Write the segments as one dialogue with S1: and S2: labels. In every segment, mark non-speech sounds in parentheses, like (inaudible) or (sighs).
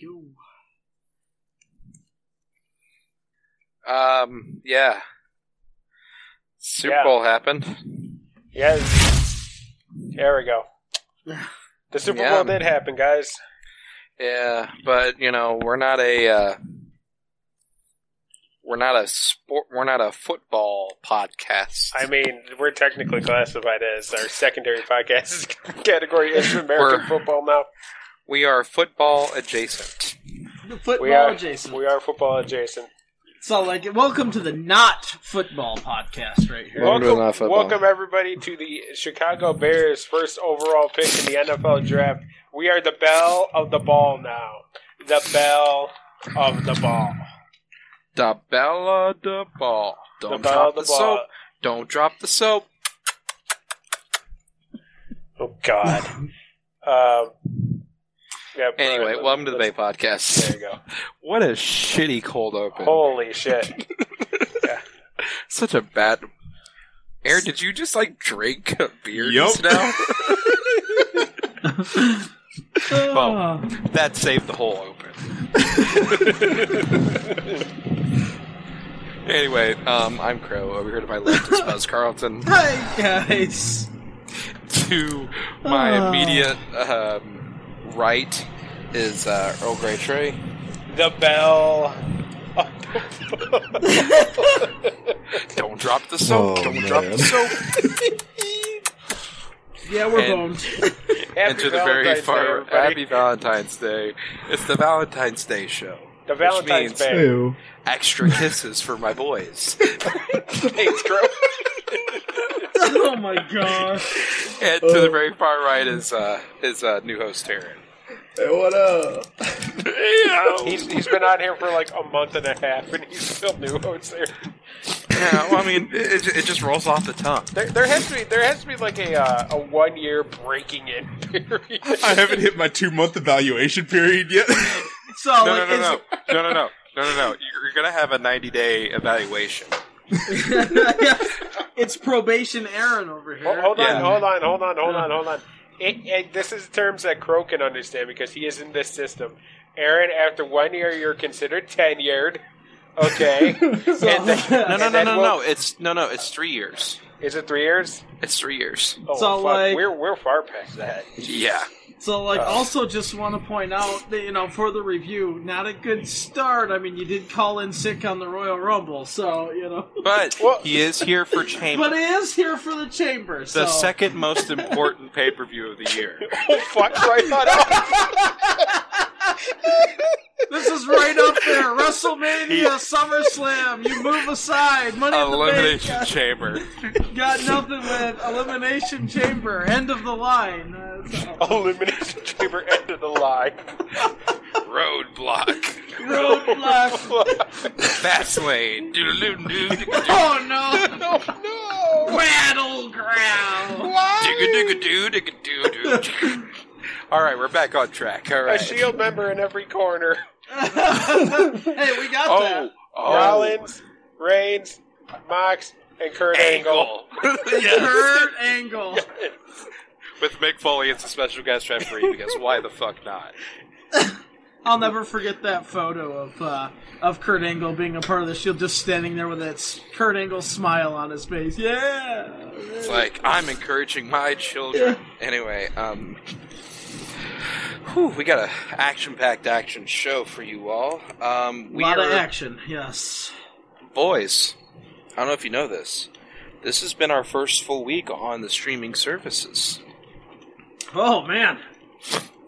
S1: go.
S2: Um, yeah. Super
S3: Yeah.
S2: Bowl happened.
S3: Yes. There we go. The Super
S2: Yeah.
S3: Bowl did happen, guys.
S2: Yeah, but you know, we're not a uh, we're not a sport we're not a football podcast.
S3: I mean, we're technically classified as our secondary podcast (laughs) category
S2: (laughs)
S3: is American
S2: We're-
S3: football now.
S2: we are football adjacent.
S1: The football
S3: We are
S1: adjacent.
S3: We are football adjacent.
S1: So, like, welcome to the not football podcast right here.
S2: Well- Welcome to
S3: Welcome,
S2: the
S3: welcome,
S2: football.
S3: everybody to the Chicago Bears first overall pick in the NFL draft. We are the bell of the ball now. The bell of the ball.
S2: Da bella da ball. Don't
S3: the bell
S2: drop
S3: of
S2: the,
S3: the ball.
S2: soap. Don't drop the soap.
S3: Oh God. um, yeah,
S2: Anyway,
S3: Brian,
S2: welcome to the Bay
S3: let's- There
S2: Podcast.
S3: you (laughs) go.
S2: What a shitty cold open.
S3: Holy shit!
S2: Such a bad. Aaron, did you just like drink a beer
S4: Yup.
S2: just now?
S3: (laughs)
S1: Ah.
S2: that saved the whole open. anyway, um, I'm Crow. Over here to my left is Buzz Carlton.
S1: Hi, guys.
S2: To my
S1: Ah.
S2: immediate um, right is uh, Earl Grey Trey.
S3: The bell. of the ball.
S2: Don't drop the soap.
S4: Oh,
S2: Don't drop the
S4: man.
S2: soap.
S1: Yeah, we're
S2: And-
S1: boned.
S3: Happy
S2: and to the
S3: Valentine's
S2: very
S3: Day,
S2: far,
S3: everybody.
S2: happy Valentine's Day. It's the Valentine's Day show.
S3: The
S2: which
S3: Valentine's
S2: means
S3: Day.
S4: (laughs) Ew.
S2: Extra kisses for my boys. (laughs)
S3: Thanks, Crow.
S1: oh my gosh.
S2: And to the very far right is uh, is uh, new host Aaron.
S4: Hey, what up?
S3: He's, he's been on here for like a month and a half, and he's still new host there.
S2: Yeah, well, I mean, it, it just rolls off the tongue.
S3: There, there has to be there has to be like a uh, a one year breaking in period.
S4: I haven't hit my two month evaluation period yet.
S1: So,
S2: No,
S1: like,
S2: no, no, no, no, no, no, no, no, no. You're, you're gonna have a 90 day evaluation.
S1: it's, (laughs) it's probation Aaron over
S3: Ho-
S1: here.
S3: hold on,
S2: Yeah.
S3: hold on, hold on, hold on, hold on. It, it, this is terms that Crow can understand because he is in this system. Aaron, after one year, you're considered tenured.
S2: (laughs)
S3: Okay,
S1: So-
S3: And the-
S2: No, no,
S3: And
S2: no,
S3: then
S2: no,
S3: we'll-
S2: no. It's no, no. It's three years.
S3: is it three years?
S2: It's three years.
S3: Oh,
S1: So,
S3: fuck.
S1: like-
S3: we're we're far past that. (laughs)
S2: Yeah.
S1: So, like,
S3: Uh,
S1: also just want to point out that, you know, for the review, not a good start. I mean, you did call in sick on the Royal Rumble, so, you know.
S2: But
S3: Well-
S2: he is here for chamber.
S1: But it is here for the chamber, so.
S2: The second most important pay per view of the year.
S3: Oh fuck! Right on.
S1: This is right up
S2: (laughs)
S1: there. WrestleMania, SummerSlam, you move aside. Money in the bank.
S2: Elimination Chamber.
S1: Got nothing with Elimination Chamber. End of the line. Uh,
S2: (laughs)
S3: (laughs)
S1: so-
S3: Elimination chamber end of the line. (laughs)
S2: Roadblock.
S1: Roadblock.
S2: Fastlane. Doodle-doo-doo. (laughs)
S1: Oh no!
S3: oh no!
S1: Battleground!
S2: Digga-digga-doo, digga-doo-doo. All right, we're back on track. All
S3: A
S2: right.
S3: shield member in every corner.
S1: hey, we got
S2: Oh,
S1: (laughs) that.
S2: oh.
S3: Rollins, Reigns, Mox, and Kurt
S2: oh.
S3: Angle.
S1: Kurt Angle.
S2: With Mick Foley as a special guest referee, because why the fuck not?
S1: I'll never forget that photo of uh, of Kurt Angle being a part of the Shield, just standing there with that s- Kurt Angle smile on his face. Yeah.
S2: It's like I'm encouraging my children. Anyway, um, whew, we got a action-packed action show for you all. Um,
S1: a
S2: we
S1: lot
S2: are
S1: of action. Yes.
S2: boys. I don't know if you know this. This has been our first full week on the streaming services.
S1: Oh man.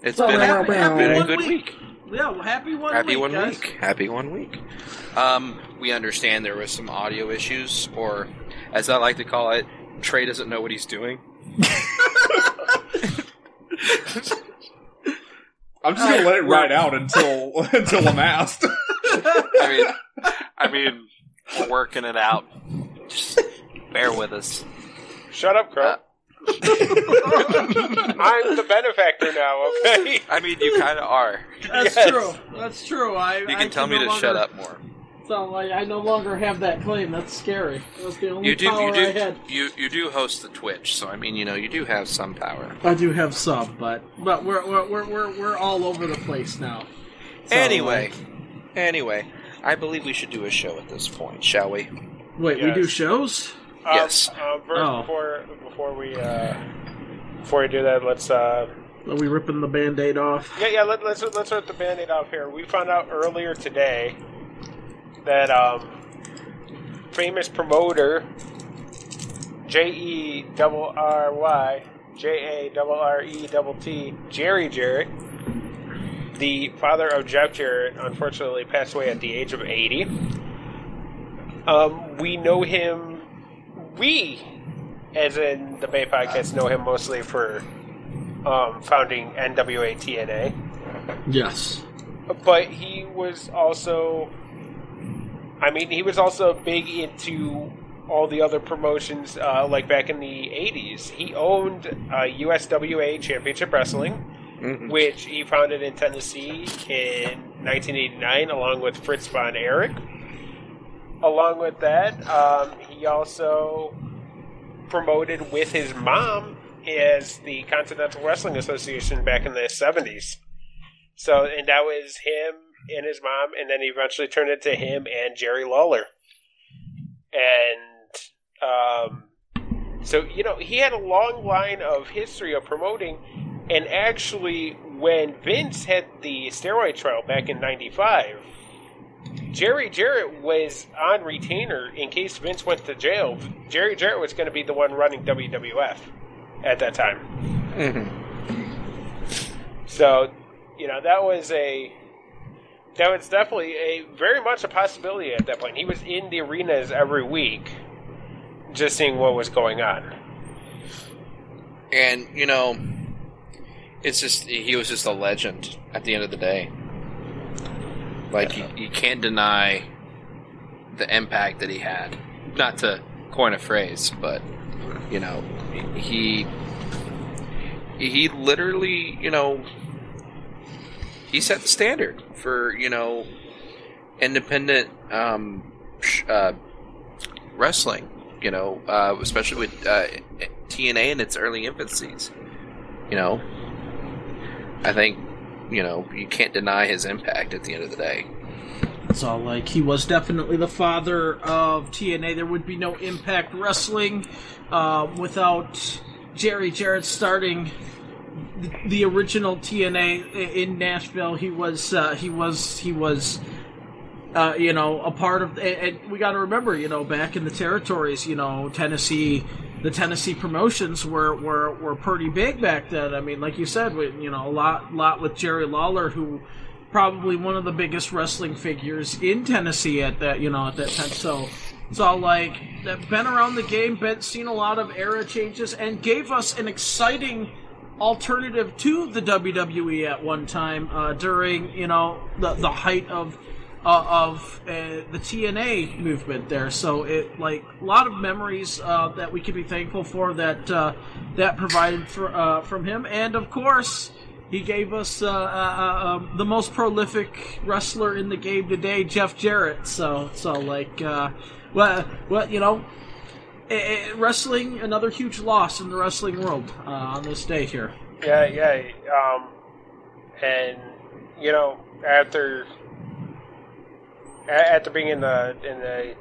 S2: It's
S1: So
S2: been, a,
S1: happy- happy
S2: been a
S1: one
S2: good
S1: week.
S2: week.
S1: Yeah. Well, happy one
S2: Happy
S1: week.
S2: one
S1: guys.
S2: week. Happy one week. Um, we understand there was some audio issues, or as I like to call it, Trey doesn't know what he's doing.
S4: I'm just gonna let it ride out until (laughs) until I'm asked.
S2: I mean, (laughs) I mean, we're working it out. Just bear with us.
S3: Shut up, Crow.
S2: Uh,
S3: I'm the benefactor now, okay?
S2: I mean, you kind of are. (laughs)
S1: That's
S3: Yes.
S1: true. That's true. I
S2: You
S1: I
S2: can tell me
S1: no
S2: to
S1: longer-
S2: shut up more.
S1: So like, I no longer have that claim. That's scary. That was the only
S2: You do,
S1: power
S2: you
S1: I
S2: do,
S1: had.
S2: you you do host the Twitch, so I mean, you know, you do have some power.
S1: I do have some, but but we're we're we're we're, we're all over the place now. all
S5: Anyway, anyway, I believe we should do a show at this point, shall we?
S1: Wait, we do
S3: Yes.
S1: shows?
S3: Um,
S5: Yes.
S3: Uh, first,
S1: Oh.
S3: before before we uh, before we do that, let's uh,
S1: Are we ripping the band aid off?
S3: yeah yeah let, let's let's rip the band-aid off here. We found out earlier today that um, famous promoter J E double R Y J A double R E double T Jerry Jarrett, the father of Jeff Jarrett, unfortunately passed away at the age of eighty. Um, we know him. We, as in the Bay Podcast, know him mostly for um, founding NWA TNA
S1: Yes.
S3: but he was also i mean he was also big into all the other promotions uh, like back in the 80s he owned uh, uswa championship wrestling
S5: Mhm.
S3: which he founded in tennessee in 1989 along with fritz von erich along with that um, he also promoted with his mom as the continental wrestling association back in the 70s so, and that was him and his mom, and then he eventually turned it to him and Jerry Lawler. And um, so, you know, he had a long line of history of promoting. And actually, when Vince had the steroid trial back in '95, Jerry Jarrett was on retainer in case Vince went to jail. Jerry Jarrett was going to be the one running WWF at that time.
S5: Mhm.
S3: So, you know, that was a that was definitely a very much a possibility at that point. He was in the arenas every week, just seeing what was going on.
S5: And you know, it's just he was just a legend at the end of the day. Like you, you can't deny the impact that he had. Not to coin a phrase, but you know, he he literally, you know, he set the standard for you know independent um, sh- uh, wrestling. You know, uh, especially with uh, TNA in its early infancies. You know, I think you know you can't deny his impact at the end of the day.
S1: It's all like he was definitely the father of TNA. There would be no Impact Wrestling uh, without Jerry Jarrett starting the, the original TNA i- in Nashville. He was uh, he was he was. Uh, you know, a part of, and, and we got to remember, you know, back in the territories, you know, Tennessee, the Tennessee promotions were, were, were pretty big back then. I mean, like you said, we, you know, a lot lot with Jerry Lawler, who probably one of the biggest wrestling figures in Tennessee at that you know at that time. So it's all like that been around the game, been seen a lot of era changes, and gave us an exciting alternative to the WWE at one time uh, during you know the the height of. Uh, of uh, the TNA movement there, so it like a lot of memories uh, that we can be thankful for that uh, that provided for, uh, from him, and of course he gave us uh, uh, uh, um, the most prolific wrestler in the game today, Jeff Jarrett. So, so like, uh, well, well, you know, eh, eh, wrestling another huge loss in the wrestling world uh, on this day here.
S3: Yeah, yeah. Um, and you know, after a- after being in the in the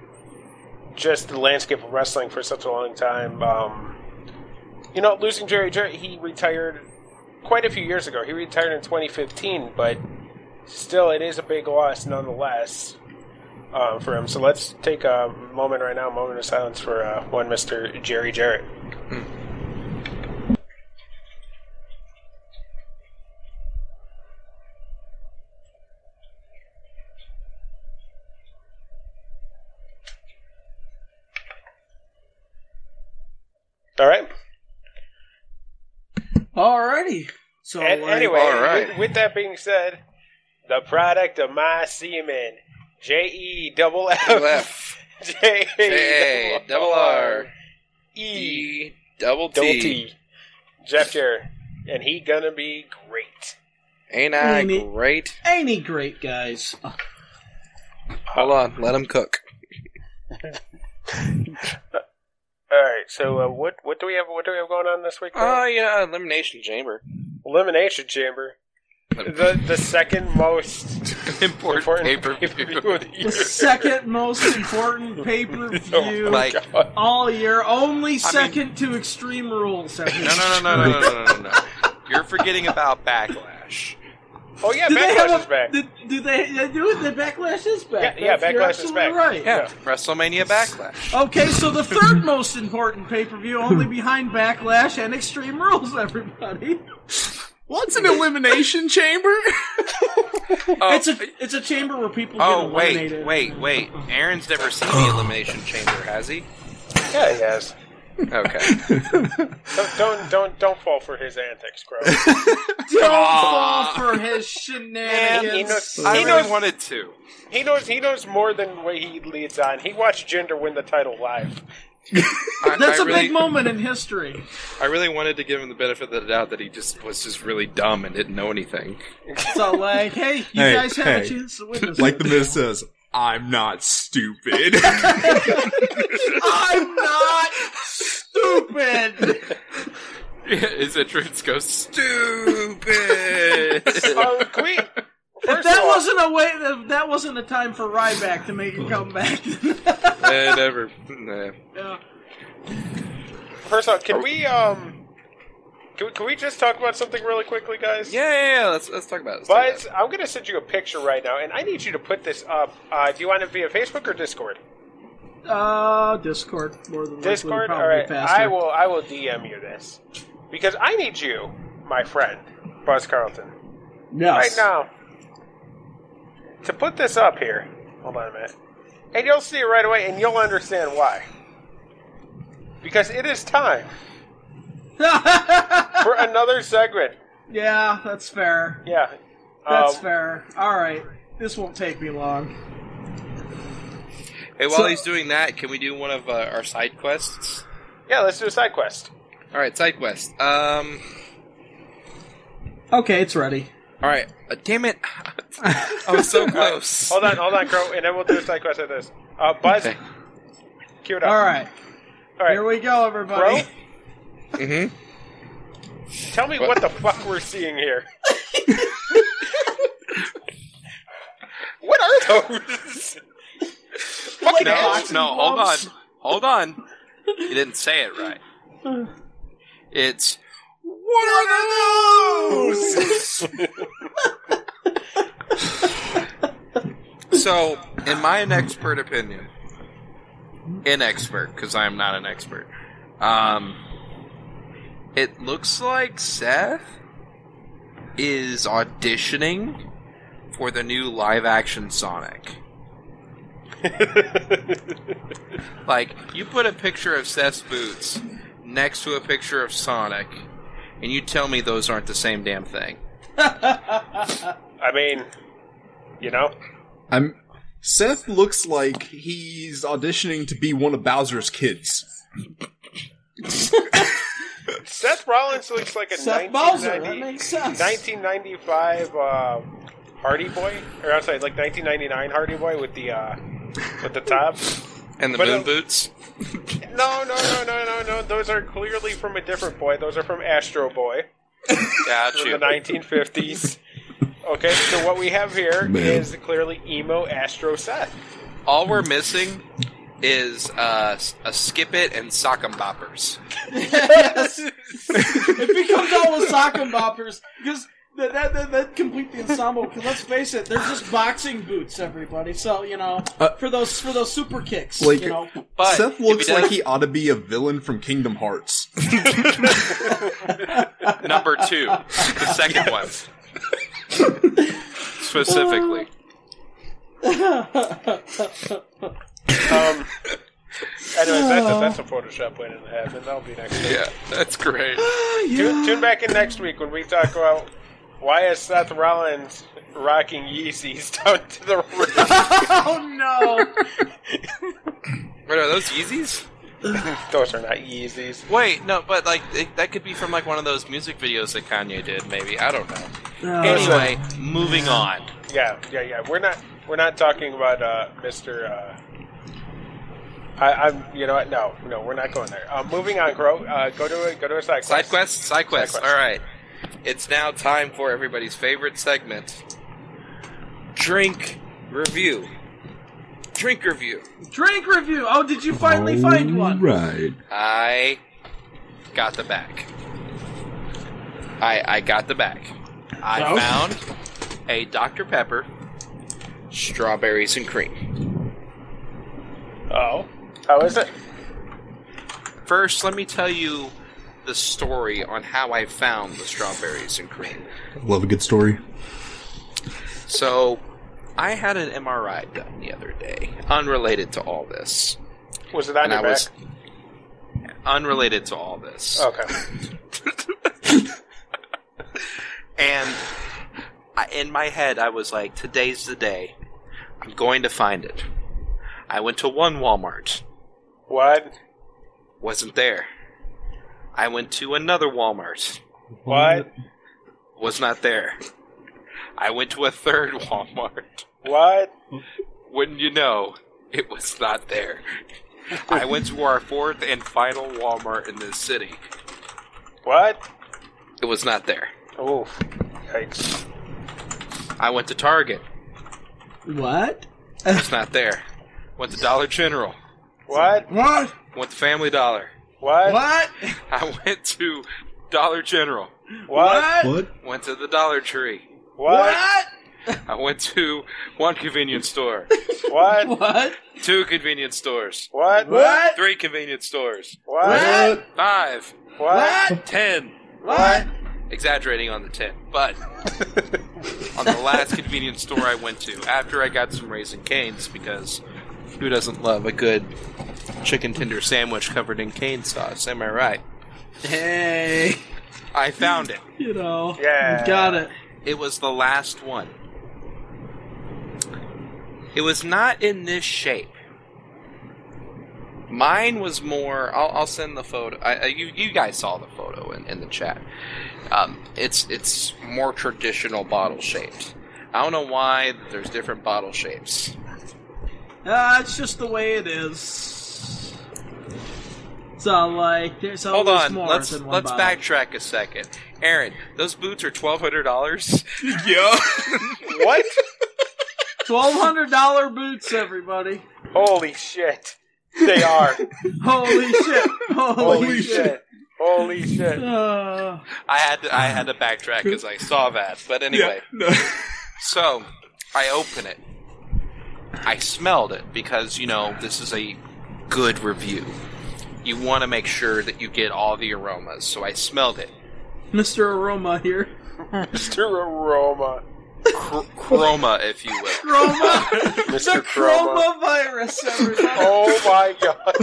S3: just the landscape of wrestling for such a long time, um, you know, losing Jerry Jarrett, he retired quite a few years ago. He retired in 2015, but still, it is a big loss nonetheless. Uh, for him, so let's take a moment right now, a moment of silence for uh, one Mister Jerry Jarrett. All right.
S1: Alrighty. So uh,
S3: And
S1: like,
S3: anyway,
S5: all right.
S3: with, with that being said, the product of my semen, J E double F
S5: Left
S3: (laughs) J
S5: J double R
S3: E
S5: E double
S3: double
S5: T.
S3: T, Jeff Jarrett, and he gonna be great.
S5: Ain't I
S1: Ain't it-
S5: great?
S1: ain't he great, guys?
S5: Hold on, let him cook.
S3: All right, so uh, what what do Ah,
S1: Uh,
S3: we have? What do we have going on this week?
S5: Oh yeah, elimination chamber.
S3: Elimination Chamber. the the second most
S5: (laughs) Important,
S3: important
S5: pay per
S3: pay-per-view
S5: view.
S3: of
S1: (laughs)
S3: the year.
S1: The second most important pay per
S3: (laughs)
S2: Oh,
S1: view
S5: Like-
S3: God.
S1: all year, only second to Extreme Rules. I mean.
S5: No, no, no, no, no, no, no, no, no. You're forgetting about Backlash.
S3: Oh yeah,
S1: (laughs) Do they
S3: Backlash
S1: have
S3: is
S1: a,
S3: back.
S1: Do, do they, they do it? The backlash is back.
S3: Yeah, yeah,
S1: That's- you're
S3: Backlash is
S1: absolutely
S3: back.
S1: Right.
S3: Yeah.
S5: WrestleMania Backlash.
S1: Okay, so the third most important pay per view, only behind Backlash and Extreme Rules, everybody.
S4: What's an elimination chamber?
S5: Oh,
S1: (laughs) It's a it's a chamber where people
S5: oh,
S1: get
S5: wait,
S1: eliminated.
S5: wait, wait. Aaron's never seen the Elimination Chamber, has he?
S3: Yeah, he has.
S5: Okay.
S3: Don't, don't don't don't fall for his antics, bro.
S1: Don't
S5: Aw.
S1: fall for (laughs) his shenanigans.
S3: he knows-
S5: I
S3: He
S5: really
S3: knows-
S5: wanted to.
S3: he knows he knows more than what he leads on. He watched Jinder win the title live.
S5: I,
S1: That's
S5: I
S1: a
S5: really,
S1: big moment in history.
S5: I really wanted to give him the benefit of the doubt that he just was just really dumb and didn't know (laughs) anything.
S1: So, like, hey, you
S4: Hey,
S1: guys have a
S4: hey.
S1: chance to witness.
S4: (laughs) like the
S1: this.
S4: Miz says, I'm not stupid.
S1: (laughs)
S4: (laughs)
S1: I'm not stupid.
S5: His entrance goes (laughs) stupid.
S3: Um, can we,
S1: If
S3: first
S1: that
S3: of all,
S1: wasn't a way. If that wasn't a time for Ryback to make a comeback.
S5: Eh, never. Nah.
S1: (laughs) yeah.
S3: first of all, can we um can we, can we just talk about something really quickly, guys?
S5: Yeah, yeah, yeah. Let's let's talk about it. Let's talk about
S3: But I'm gonna send you a picture right now, and I need you to put this up. Uh, do you want it via Facebook or Discord?
S1: Uh, Discord more than likely,
S3: Discord.
S1: Probably
S3: All right,
S1: faster.
S3: I will. I will DM you this because I need you, my friend, Buzz Carlton, right
S1: Yes.
S3: now to put this up here. Hold on a minute, and you'll see it right away, and you'll understand why. Because it is time for another segment.
S1: (laughs) yeah, that's fair.
S3: Yeah,
S1: That's
S3: Um,
S1: fair. All right, this won't take me long.
S5: it. Hey, while
S1: So-
S5: he's doing that, can we do one of uh, our side quests?
S3: Yeah, let's do a side quest.
S5: All right, side quest. Um.
S1: Okay, it's ready.
S5: All right. Uh, damn it! (laughs) I was so close.
S3: Hold on, hold on, Crow, and then we'll do a side quest of this. Uh, Buzz,
S5: Okay.
S3: cue it up.
S1: All right,
S3: All right.
S1: here we go, everybody.
S3: Bro?
S5: Mm-hmm.
S3: Tell me what the fuck we're seeing here. what are those?
S1: Like
S5: No,
S1: boxing
S5: no, hold on,
S1: gloves.
S5: hold on. You didn't say it right. It's what are those? so, in my inexpert opinion, inexpert because I am not an expert. Um, it looks like Seth is auditioning for the new live-action Sonic. Like, you put a picture of Seth's boots next to a picture of Sonic, and you tell me those aren't the same damn thing.
S3: I mean, you know,
S4: I'm Seth looks like he's auditioning to be one of Bowser's kids.
S3: Seth Rollins looks like a 1990
S1: Seth Bowser. That makes sense.
S3: 1995 uh, Hardy Boy, or I'm sorry, like 1999 Hardy Boy with the uh, with the top.
S5: And the
S3: But,
S5: moon
S3: uh,
S5: boots?
S3: No, no, no, no, no, no. Those are clearly from a different boy. Those are from Astro Boy.
S5: Got
S3: from
S5: you.
S3: the 1950s. Okay, so what we have here is
S4: Man.
S3: clearly emo Astro Seth.
S5: All we're missing is uh, s- a skip it and sock 'em boppers.
S1: (laughs)
S3: (laughs)
S1: yes. it becomes all the sock and boppers because that that that, that complete the ensemble. Because let's face it, they're just boxing boots, everybody. So you know,
S4: Uh,
S1: for those for those super kicks,
S4: like-
S1: you
S3: (laughs)
S1: know,
S5: But if
S4: Seth
S5: he
S4: looks
S5: does-
S4: like he ought to be a villain from Kingdom Hearts.
S5: number two, the (laughs) second one. Specifically.
S3: Um, anyways, that's a, that's a Photoshop waiting to happen. That'll be next week.
S5: (laughs) Yeah, that's great.
S3: Tune, tune back in next week when we talk about why is Seth Rollins rocking Yeezys (laughs) down to the rim.
S1: oh no.
S5: Wait, are those Yeezys?
S3: (laughs) Those are not Yeezys.
S5: Wait, no, but like it, that could be from like one of those music videos that Kanye did, maybe. I don't know.
S1: Uh,
S5: Anyway, moving on.
S3: Yeah, yeah, yeah. We're not we're not talking about uh, Mr. Uh, I, I'm, you know, what? no, no, we're not going there. Uh, moving on, Gro. Uh, go to a, go to a side quest.
S5: Side quest, side quest.
S3: quest.
S5: All right. It's now time for everybody's favorite segment Drink Review. Drink Review.
S1: Drink review. Oh, did you finally
S4: Oh.
S1: find one?
S4: Right.
S5: I got the back. I I got the back. I
S1: Oh.
S5: found a Dr. Pepper, strawberries and cream.
S3: Oh, how is it?
S5: First, let me tell you the story on how I found the strawberries and cream.
S4: Love a good story.
S5: So, I had an MRI done the other day, unrelated to all this.
S3: Was it on
S5: And
S3: your
S5: I
S3: back?
S5: was unrelated to all this.
S3: Okay.
S5: And I, in my head, I was like, today's the day. I'm going to find it. I went to one Walmart,
S3: What?
S5: wasn't there. I went to another Walmart,
S3: What?
S5: was not there. I went to a third (laughs) Walmart.
S3: What?
S5: Wouldn't you know, it was not there. I went to our fourth and final Walmart in this city.
S3: What?
S5: It was not there.
S3: Oof. Yikes.
S5: I went to Target.
S1: What?
S5: It's not there. Went to Dollar General.
S3: What?
S1: What?
S5: Went to Family Dollar.
S3: What? What?
S1: What?
S5: I went to Dollar General.
S3: What?
S4: What?
S5: Went to the Dollar Tree.
S3: What?
S5: I went to one convenience store,
S3: What? What?
S1: What?
S5: two convenience stores,
S3: What?
S1: What?
S5: three convenience stores,
S3: What?
S5: five,
S3: What?
S5: ten.
S1: What?
S5: Exaggerating on the ten, but on the last convenience store I went to after I got some raisin canes because who doesn't love a good chicken tender sandwich covered in cane sauce? Am I right?
S1: Hey,
S5: I found it.
S1: you know.
S3: Yeah.
S1: You got it.
S5: It was the last one. It was not in this shape. Mine was more. I'll, I'll send the photo. I, I, you, you guys saw the photo in, in the chat. Um, it's it's more traditional bottle shaped. I don't know why there's different bottle shapes.
S1: Ah, it's just the way it is. It's all like there's always
S5: Hold on.
S1: more
S5: Let's
S1: than one
S5: let's
S1: bottle.
S5: backtrack a second. Aaron, those boots are twelve hundred dollars. (laughs)
S4: Yeah.
S3: What?
S1: Twelve hundred dollar boots, everybody.
S3: Holy shit. They are.
S5: (laughs)
S1: Holy shit! Holy,
S3: Holy
S4: Holy
S3: shit.
S4: shit.
S3: Holy shit.
S1: Uh,
S5: I had to, I had to backtrack because I saw that. But anyway.
S4: Yeah. No.
S5: So, I open it. I smelled it because, you know, this is a good review. You want to make sure that you get all the aromas. So I smelled it.
S1: Mr. Aroma here.
S3: Mr. Aroma.
S5: Cr- chroma, if you will. (laughs)
S1: Chroma,
S3: Mr.
S1: the
S3: Chroma.
S1: chroma virus, everybody.
S3: Oh my god.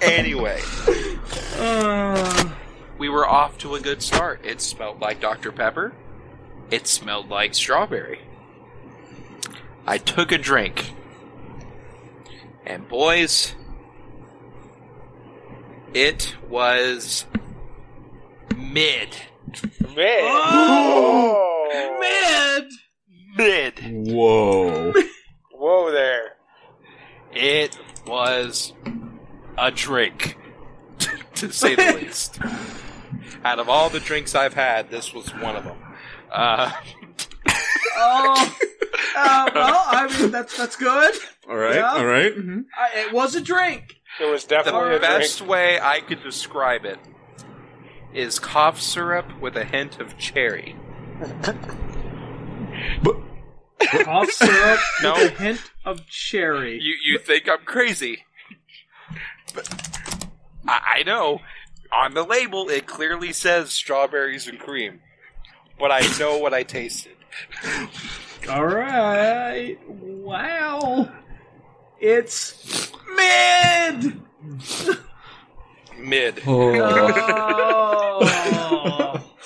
S5: Anyway,
S1: Uh,
S5: we were off to a good start. It smelled like Dr. Pepper. It smelled like strawberry. I took a drink. And boys, it was mid.
S3: Man.
S1: Oh.
S3: Whoa.
S1: mid.
S5: Mid.
S4: (laughs) Whoa.
S3: Whoa there.
S5: It was a drink, (laughs) to say the least. Out of all the drinks I've had, this was one of them. Uh,
S1: Oh, uh, well, I mean that's that's good.
S4: All right.
S1: Yeah.
S4: All right.
S5: Mm-hmm.
S1: I, it was a drink.
S3: It was
S5: the
S3: definitely a
S5: best way I could describe it is cough syrup with a hint of cherry.
S4: But
S1: Cough syrup
S5: No.
S1: with a hint of cherry.
S5: You you think I'm crazy? But I, I know. On the label, it clearly says strawberries and cream, but I know what I tasted.
S1: All right. Wow. It's
S4: (laughs)
S1: mid.
S5: Mid.
S1: Oh.
S4: (laughs)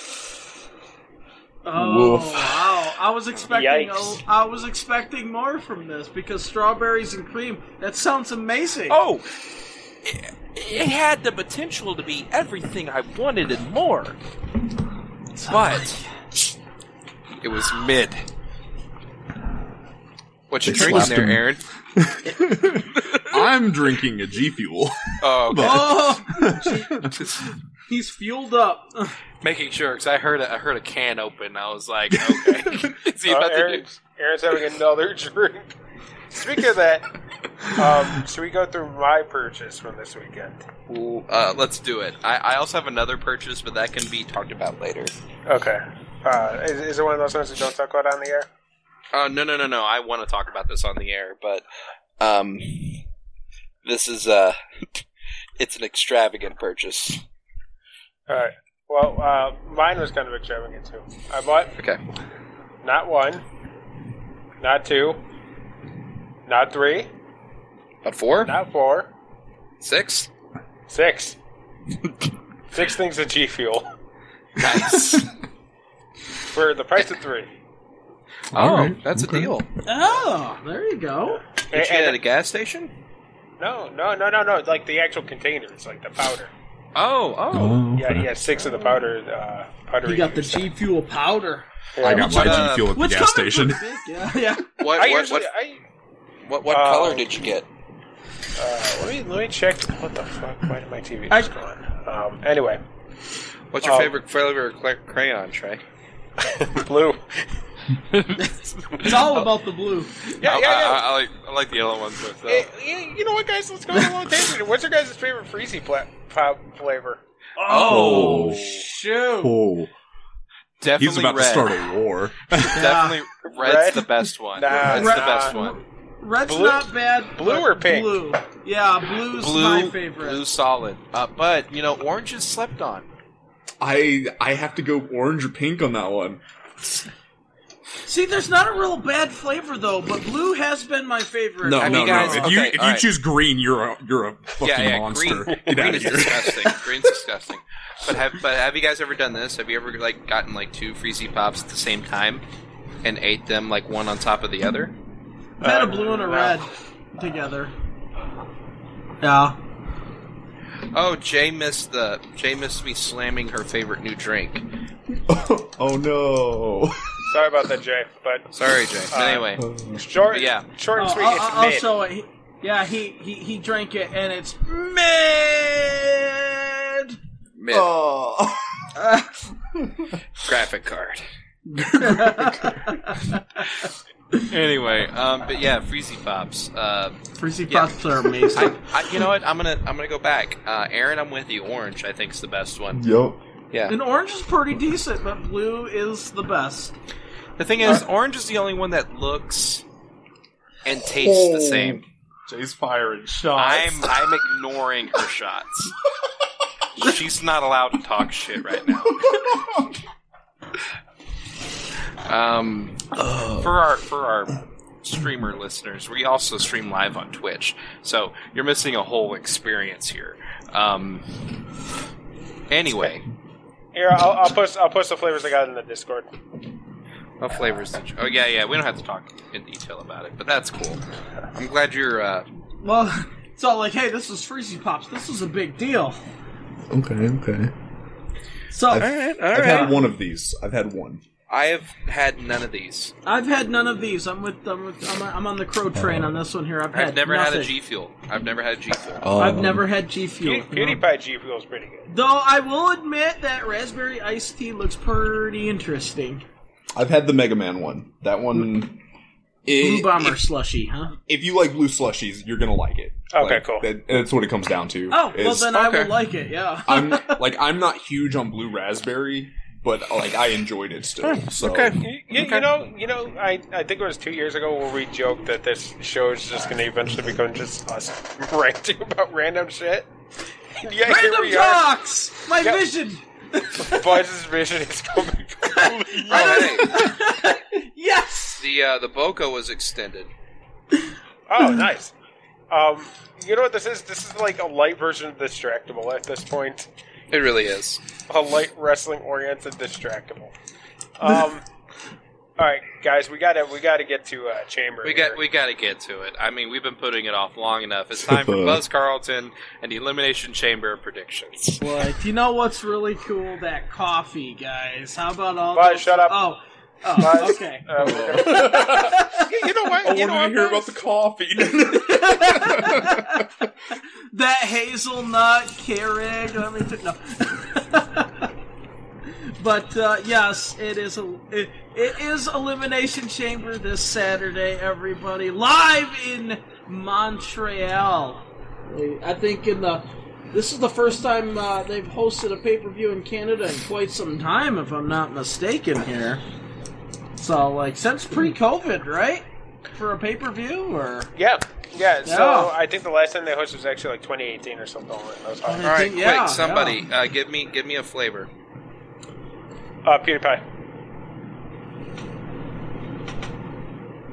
S1: Oh
S4: Woof.
S1: wow! I was expecting
S3: Yikes.
S1: a, I was expecting more from this because strawberries and cream. That sounds amazing.
S5: Oh, it, it had the potential to be everything I wanted and more.
S1: (laughs)
S5: But it was mid. What you
S4: They
S5: drinking
S4: slapped
S5: there,
S4: him.
S5: Aaron?
S4: I'm drinking a G Fuel. (laughs)
S5: Oh, okay.
S1: Oh, He's fueled up. (laughs)
S5: Making sure, because I heard a, I heard a can open. I was
S3: (laughs)
S5: like, okay, (laughs) is he
S3: Uh,
S5: about to do?
S3: Aaron's, Aaron's having another (laughs) drink. Speaking of that,
S5: (laughs)
S3: um, should we go through my purchase from this weekend?
S5: Ooh, Uh, let's do it. I, I also have another purchase, but that can be talked about later.
S3: Okay. Uh, is, is it one of those ones that don't talk about on the air?
S5: Uh, no, no, no, no. I want to talk about this on the air, but um, this is uh, (laughs) it's an extravagant purchase.
S3: All right. Well, uh, mine was kind of extravagant too. I bought
S5: Okay.
S3: not one, not two, not three,
S5: About four,
S3: not four,
S5: six. (laughs)
S3: six. six things of G Fuel
S5: Nice.
S3: for the price of three.
S5: (laughs) oh,
S4: Alright,
S5: that's
S4: okay.
S5: a deal.
S1: Oh, there you go.
S5: Did you get it at a gas station?
S3: no, no, no, no, no. Like the actual containers, like the powder.
S5: Oh, oh.
S4: (laughs)
S3: Yeah, yeah, six of the powder. Uh, powdery
S1: You got the
S3: juice.
S1: G Fuel powder.
S3: Yeah.
S4: I got my
S5: Uh,
S4: G fuel at the
S1: What's
S4: gas
S1: coming
S4: station.
S1: from the big- Yeah, yeah.
S5: What
S3: I
S5: what,
S3: usually,
S5: what
S3: I,
S5: what what
S3: uh,
S5: color did you get?
S3: uh, let me let me check. What the fuck? Why did my TV
S1: I-
S3: just go on? Um, anyway,
S5: What's your
S3: uh,
S5: favorite flavor of cla- crayon, Trey?
S3: blue.
S1: It's all about the blue.
S3: Yeah, yeah, yeah.
S5: I, I, I like I like the yellow ones with. Uh,
S3: Eh, eh, you know what, guys? Let's go on a little tangent. What's your guys' favorite Freezy pla- pop flavor?
S4: Oh.
S5: (laughs)
S1: shoot.
S4: Oh,
S5: definitely
S4: he's about
S5: red.
S4: to start a war.
S5: Definitely red's
S3: Red?
S5: the best one.
S3: Nah,
S5: red's
S1: nah.
S5: the best one.
S1: Red's
S3: Blue-
S1: not bad.
S3: blue
S1: but
S3: or pink?
S1: Blue. Yeah, blue's
S5: Blue,
S1: my favorite.
S5: blue solid. Uh, but you know, orange is slept on.
S4: I I have to go orange or pink on that one.
S1: See, there's not a real bad flavor though, but blue has been my favorite.
S4: No,
S5: I mean,
S4: no,
S5: guys,
S4: no. If you
S5: okay,
S4: if you
S5: alright.
S4: choose green, you're a you're a fucking
S5: yeah, yeah.
S4: monster.
S5: Green,
S4: Get
S5: green
S4: out
S5: is
S4: of here.
S5: disgusting. Green's disgusting. But have but have you guys ever done this? Have you ever like gotten like two freezy pops at the same time and ate them like one on top of the other?
S1: I've had a
S3: Uh,
S1: blue and a
S3: no.
S1: red together. Yeah.
S5: Oh, Jay missed the Jay missed me slamming her favorite new drink.
S4: (laughs) oh no.
S3: Sorry about that, Jay. But
S5: Sorry, Jay. But
S3: Uh,
S5: anyway,
S3: short,
S5: Yeah.
S3: short and
S1: Oh,
S3: sweet.
S1: I'll, I'll- I'll
S3: it's mid.
S1: show it. He- Yeah, he, he he drank it, and it's mid.
S5: mid
S4: (laughs) Oh.
S1: Uh,
S5: graphic card. Anyway, um, but yeah, freezy pops. Uh,
S1: (laughs) Freezy
S5: Yeah.
S1: pops are amazing. (laughs)
S5: I, I, you know what? I'm gonna I'm gonna go back. Uh, Aaron, I'm with you. Orange, I think's the best one.
S4: Yep.
S5: Yeah.
S1: and orange is pretty decent, but blue is the best.
S5: The thing is, orange is the only one that looks and tastes the same.
S2: Jay's firing shots.
S5: I'm I'm ignoring her shots. She's not allowed to talk shit right now. Um, for our for our streamer listeners, we also stream live on Twitch, so you're missing a whole experience here. Um, anyway,
S3: Here, I'll, I'll post. I'll post the flavors I got in the Discord.
S5: What flavors did you? Oh yeah, yeah. We don't have to talk in detail about it, but that's cool. I'm glad you're. Uh,
S1: Well, (laughs) it's all like, hey, this is Freezy pops. This is a big deal.
S4: Okay, okay.
S1: So
S4: I've-
S5: right,
S4: I've had one of these. I've had one.
S5: I have had none of these.
S1: I've had none of these. I'm with. I'm, with, I'm, I'm on the crow train on this one here. I've,
S5: I've
S1: had
S5: never
S1: nothing.
S5: had a G fuel. I've never had a G fuel.
S1: I've
S4: Oh. Um,
S1: never had G Fuel.
S3: Pewdie, PewDiePie G Fuel is pretty good.
S1: Though I will admit that raspberry iced tea looks pretty interesting.
S4: I've had the Mega Man one. That one.
S1: Blue
S4: It,
S1: bomber
S4: If,
S1: slushy, huh?
S4: if you like blue slushies, you're gonna like it.
S3: Okay,
S4: Like,
S3: cool.
S4: that- that's what it comes down to.
S1: Oh, well
S4: is-
S1: then I
S5: okay.
S1: will like it. Yeah.
S4: I'm like I'm not huge on blue raspberry, but like I enjoyed it still. So.
S3: You, you, you know, you know. I, I think it was two years ago where we joked that this show is just going to eventually become just us ranting about random shit. (laughs) Yeah, here
S1: (laughs) Random
S3: we are.
S1: talks. My
S3: Yep.
S1: vision.
S3: Buzz's vision is coming.
S5: Oh, hey,
S1: (laughs) Yes.
S5: the uh, the Boca was extended.
S4: Hmm.
S3: Oh, nice. Um, you know what this is? This is like a light version of Distractable at this point.
S5: It really is.
S3: A light wrestling oriented
S4: (laughs)
S3: Distractable. Um, all right, guys, we gotta we gotta get to uh, Chamber.
S5: We
S3: here.
S5: got we got to get to it. I mean, we've been putting it off long enough. It's time for Buzz Carlton and the Elimination Chamber of predictions.
S1: But you know what's really cool? That coffee, guys. How about all?
S3: Buzz,
S1: those-
S3: shut up.
S1: Oh. Oh,
S3: Buzz,
S1: okay.
S3: uh, we're gonna-
S4: (laughs)
S3: you know what?
S4: I
S3: you know what,
S4: wanted to hear about
S3: Buzz? (laughs)
S4: the coffee.
S1: that hazelnut Keurig. Let me put no. (laughs) but uh, yes, it is a it, it is Elimination Chamber this Saturday, everybody, live in Montreal. I think in the this is the first time uh, they've hosted a pay per view in Canada in quite some time, if I'm not mistaken here. So like since pre COVID, right? For a pay per view or
S3: Yeah. Yeah, so
S1: Yeah.
S3: I think the last time they hosted was actually like 2018 or something. That was hot.
S1: I
S5: All right,
S1: think- yeah,
S5: quick, somebody, uh, give me give me a flavor.
S3: Uh, PewDiePie.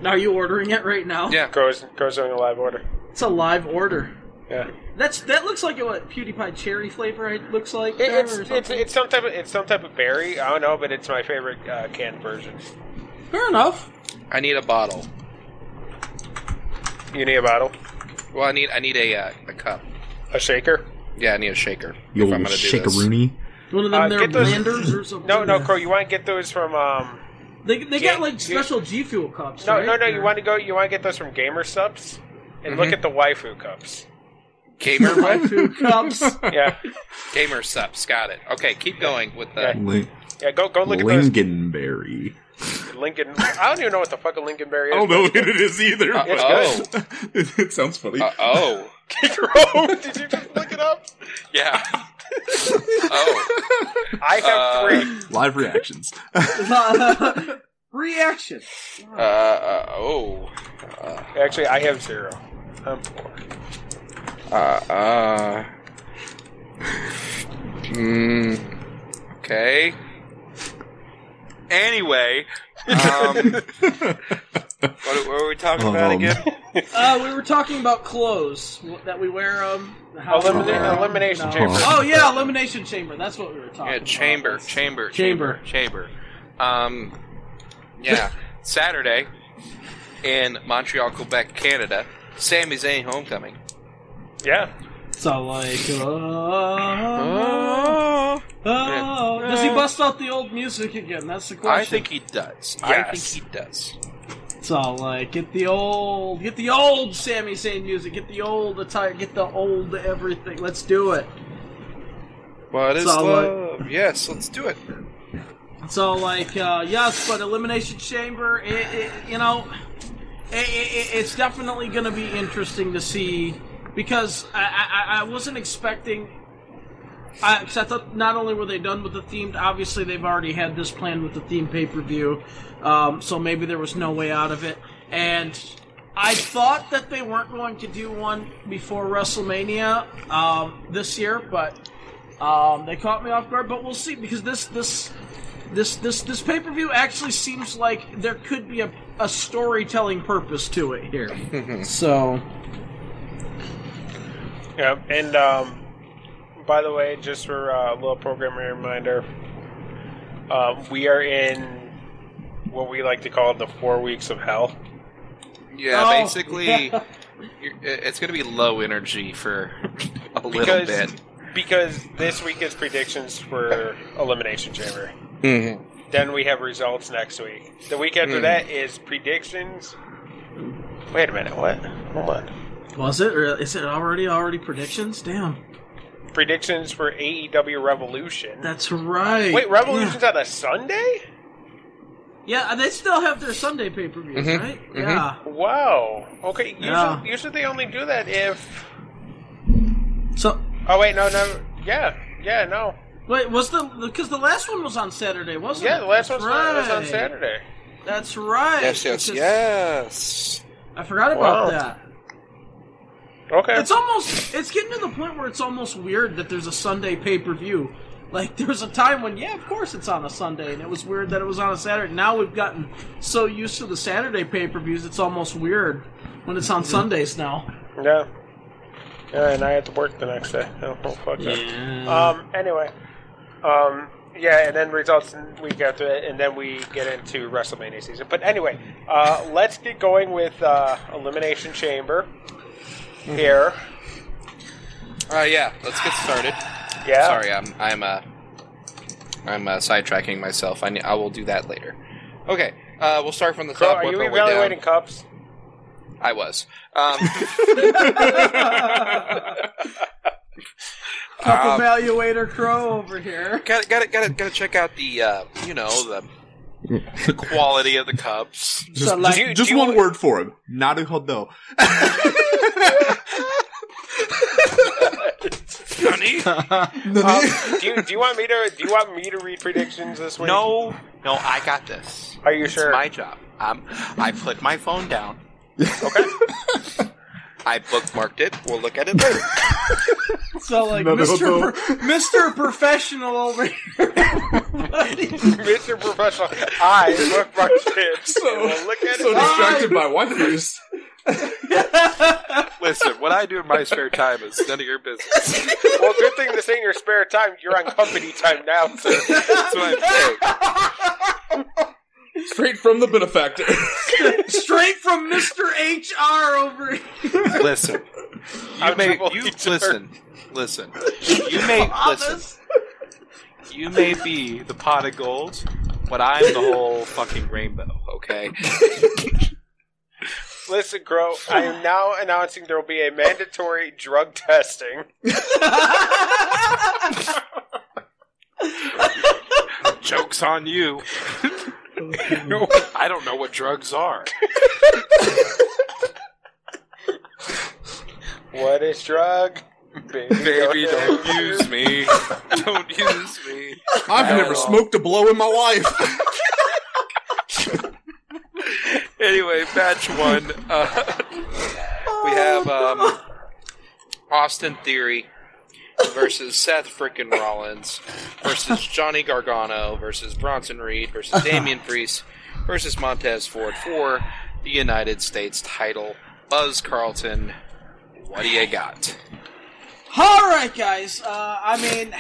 S1: Are you ordering it right now?
S5: Yeah,
S3: Goes, goes in a live order.
S1: It's a live order.
S3: Yeah.
S1: That's that looks like what PewDiePie cherry flavor it looks like.
S3: It,
S1: there
S3: it's,
S1: or
S3: it's,
S1: something.
S3: it's some type of it's some type of berry. I don't know, but it's my favorite uh, canned version.
S1: fair enough.
S5: I need a bottle.
S3: You need a bottle,
S5: Well, I need I need a uh, a cup.
S3: a shaker.
S5: Yeah, I need a shaker.
S4: You
S5: if
S4: old
S5: I'm gonna do this.
S4: shakeroonie.
S1: One of them
S3: Uh,
S1: there
S3: get those-
S1: Landers or something.
S3: No, no, Crow. You want to get those from? Um,
S1: They, they
S3: Yeah,
S1: got like
S3: yeah.
S1: special G Fuel cups.
S3: no,
S1: right?
S3: no, no.
S1: Or-
S3: You
S1: (laughs)
S3: want to go? You want to get those from Gamer Subs? And
S2: Mm-hmm.
S3: look at the waifu cups.
S1: (laughs)
S3: (laughs)
S5: Gamer
S1: waifu cups.
S2: (laughs)
S3: Yeah,
S5: gamer subs. Got it. Okay, keep going with the.
S4: Lin-
S3: yeah. Go, go look
S4: Lingonberry.
S3: at those Lincoln. I don't even know what the fuck a Lincoln berry is.
S2: I don't know what it is either.
S3: Uh,
S2: but-
S5: oh,
S4: (laughs) it, sounds funny. (laughs)
S5: Uh, oh,
S3: Crow, did you just look it up? (laughs)
S5: yeah. oh,
S3: I have
S5: Uh,
S3: three. (laughs)
S4: Live reactions.
S3: Uh,
S1: (laughs) Reaction.
S5: uh, uh, oh, uh,
S3: Actually, I have zero. I'm poor.
S5: uh, uh. Hmm. Okay. Anyway,
S3: (laughs)
S5: um, what, what were we talking about
S4: Um,
S5: again?
S1: Uh, we were talking about clothes wh- that we wear. Um, how we
S3: Elimin-
S1: wear 'em.
S3: elimination
S1: No.
S3: chamber.
S1: Oh yeah, elimination chamber. That's what we were talking.
S5: Yeah,
S1: about.
S5: chamber,
S1: That's-
S5: chamber,
S1: Chamber.
S5: chamber. Um,
S3: (laughs)
S5: yeah, Saturday in Montreal, Quebec, Canada. Sami Zayn homecoming.
S3: Yeah.
S1: So like, uh,
S3: Uh,
S1: oh, oh. does he bust out the old music again? That's the question.
S5: I think he does. I
S3: Yes.
S5: think he does.
S1: So like, get the old, get the old Sammy Zayn music, get the old attire, get the old everything. Let's do it.
S5: What is
S1: So,
S5: love? Uh, Yes, let's do it.
S1: So like, uh, yes, but Elimination Chamber, it, it, you know, it, it, it's definitely going to be interesting to see because I, I, I wasn't expecting. I, 'cause I thought not only were they done with the themed, obviously they've already had this planned with the theme pay per view, um, so maybe there was no way out of it. And I thought that they weren't going to do one before WrestleMania um, this year, but um, they caught me off guard. But we'll see because this this this this this pay per view actually seems like there could be a, a storytelling purpose to it here.
S5: (laughs)
S1: so
S3: Yep. And um, by the way, just for uh, a little programming reminder, um, we are in what we like to call the four weeks of hell.
S5: Yeah,
S1: Oh,
S5: basically,
S3: (laughs)
S1: yeah.
S5: you're- it- it's going to be low energy for a little
S3: Because-
S5: bit.
S3: Because this week is predictions for Elimination Chamber. Then we have results next week. The week after
S5: Hmm.
S3: that is predictions. Wait a minute, what? Hold on.
S1: was it or is it already already predictions? Damn,
S3: Predictions for AEW Revolution.
S1: that's right.
S3: Wait, Revolution's on a Sunday?
S1: Yeah, yeah they still have their Sunday pay per views,
S5: Mhm,
S1: right?
S5: mhm.
S1: Yeah.
S3: Wow. Okay, usually,
S1: Yeah.
S3: usually they only do that if
S1: So
S3: Oh wait, no, no, yeah, yeah, no,
S1: wait, was the because the last one was on Saturday, wasn't it?
S3: yeah. The last
S1: That's
S3: one's on- was on
S1: right.
S3: Saturday.
S1: That's right.
S5: Yes, yes,
S1: Because-
S5: yes.
S1: I forgot about
S3: Wow.
S1: that.
S3: Okay,
S1: It's almost it's getting to the point where it's almost weird that there's a Sunday pay per view. Like (laughs) there was a time when yeah, of course it's on a Sunday, and it was weird that it was on a Saturday. Now we've gotten so used to the Saturday pay per views, it's almost weird when it's on Sundays now.
S3: yeah, yeah, and I have to work the next day. (laughs) Oh, well, fuck that.
S1: Yeah.
S3: Um, anyway, um, yeah, and then results in week after that, and then we get into WrestleMania season. But anyway, uh, let's get going with uh, Elimination Chamber
S5: Mm-hmm.
S3: here.
S5: Uh, yeah, let's get started.
S3: Yeah,
S5: Sorry, I'm I'm uh I'm uh, sidetracking myself. I ne- I will do that later. Okay, uh, we'll start from the
S3: So
S5: top.
S3: are
S5: work
S3: you
S5: our way down.
S3: evaluating
S5: (laughs)
S3: cups? (laughs)
S5: I was. Um,
S1: Cup
S5: Um,
S1: evaluator crow over here.
S5: Got got got to got to check out the uh, you know the the quality of the cups.
S4: Just,
S1: So, like,
S4: just-
S1: do-
S4: just
S5: do
S4: one
S5: you-
S4: word for him. Naruhodo.
S5: (laughs) Honey,
S3: Um, do you do you want me to do you want me to read predictions this week?
S5: no, no, I got this.
S3: Are you
S5: It's
S3: sure?
S5: My job. Um, I put my phone down.
S3: Okay.
S5: I bookmarked it. We'll look at it later.
S1: (laughs) So like
S4: No, no,
S1: Mr.
S4: no.
S1: Pro- Mr. Professional over here. (laughs)
S3: Mr. Professional, I look my kids.
S4: So-
S3: (laughs) Well, look at
S4: so
S3: it.
S4: distracted by one news.
S5: (laughs) Listen, what I do in my spare time is none of your business.
S3: Well, good thing this ain't your spare time. You're on company time now, sir.
S5: That's what I'm saying.
S4: Straight from the benefactor.
S3: (laughs)
S1: Straight from Mr. HR over here.
S5: (laughs) Listen, you
S3: I'm
S5: may
S3: triple
S5: you
S3: feature.
S5: listen, listen. You may listen.
S1: Honest.
S5: You may be the pot of gold, but I'm the whole fucking rainbow. Okay.
S3: Listen, Crow, I am now announcing there will be a mandatory drug testing.
S5: Jokes on you. I don't know what drugs are.
S3: What is drug? Baby,
S5: Baby,
S3: don't-
S5: don't use me. Don't use me.
S4: I've never smoked a blow in my life.
S5: Anyway, batch one. Uh,
S1: Oh
S5: we have um, Austin Theory versus Seth frickin' Rollins versus Johnny Gargano versus Bronson Reed
S1: (laughs)
S5: versus Damian Priest versus Montez Ford for the United States title. Buzz Carlton, what do you got?
S1: (laughs) All right, guys. Uh, I mean,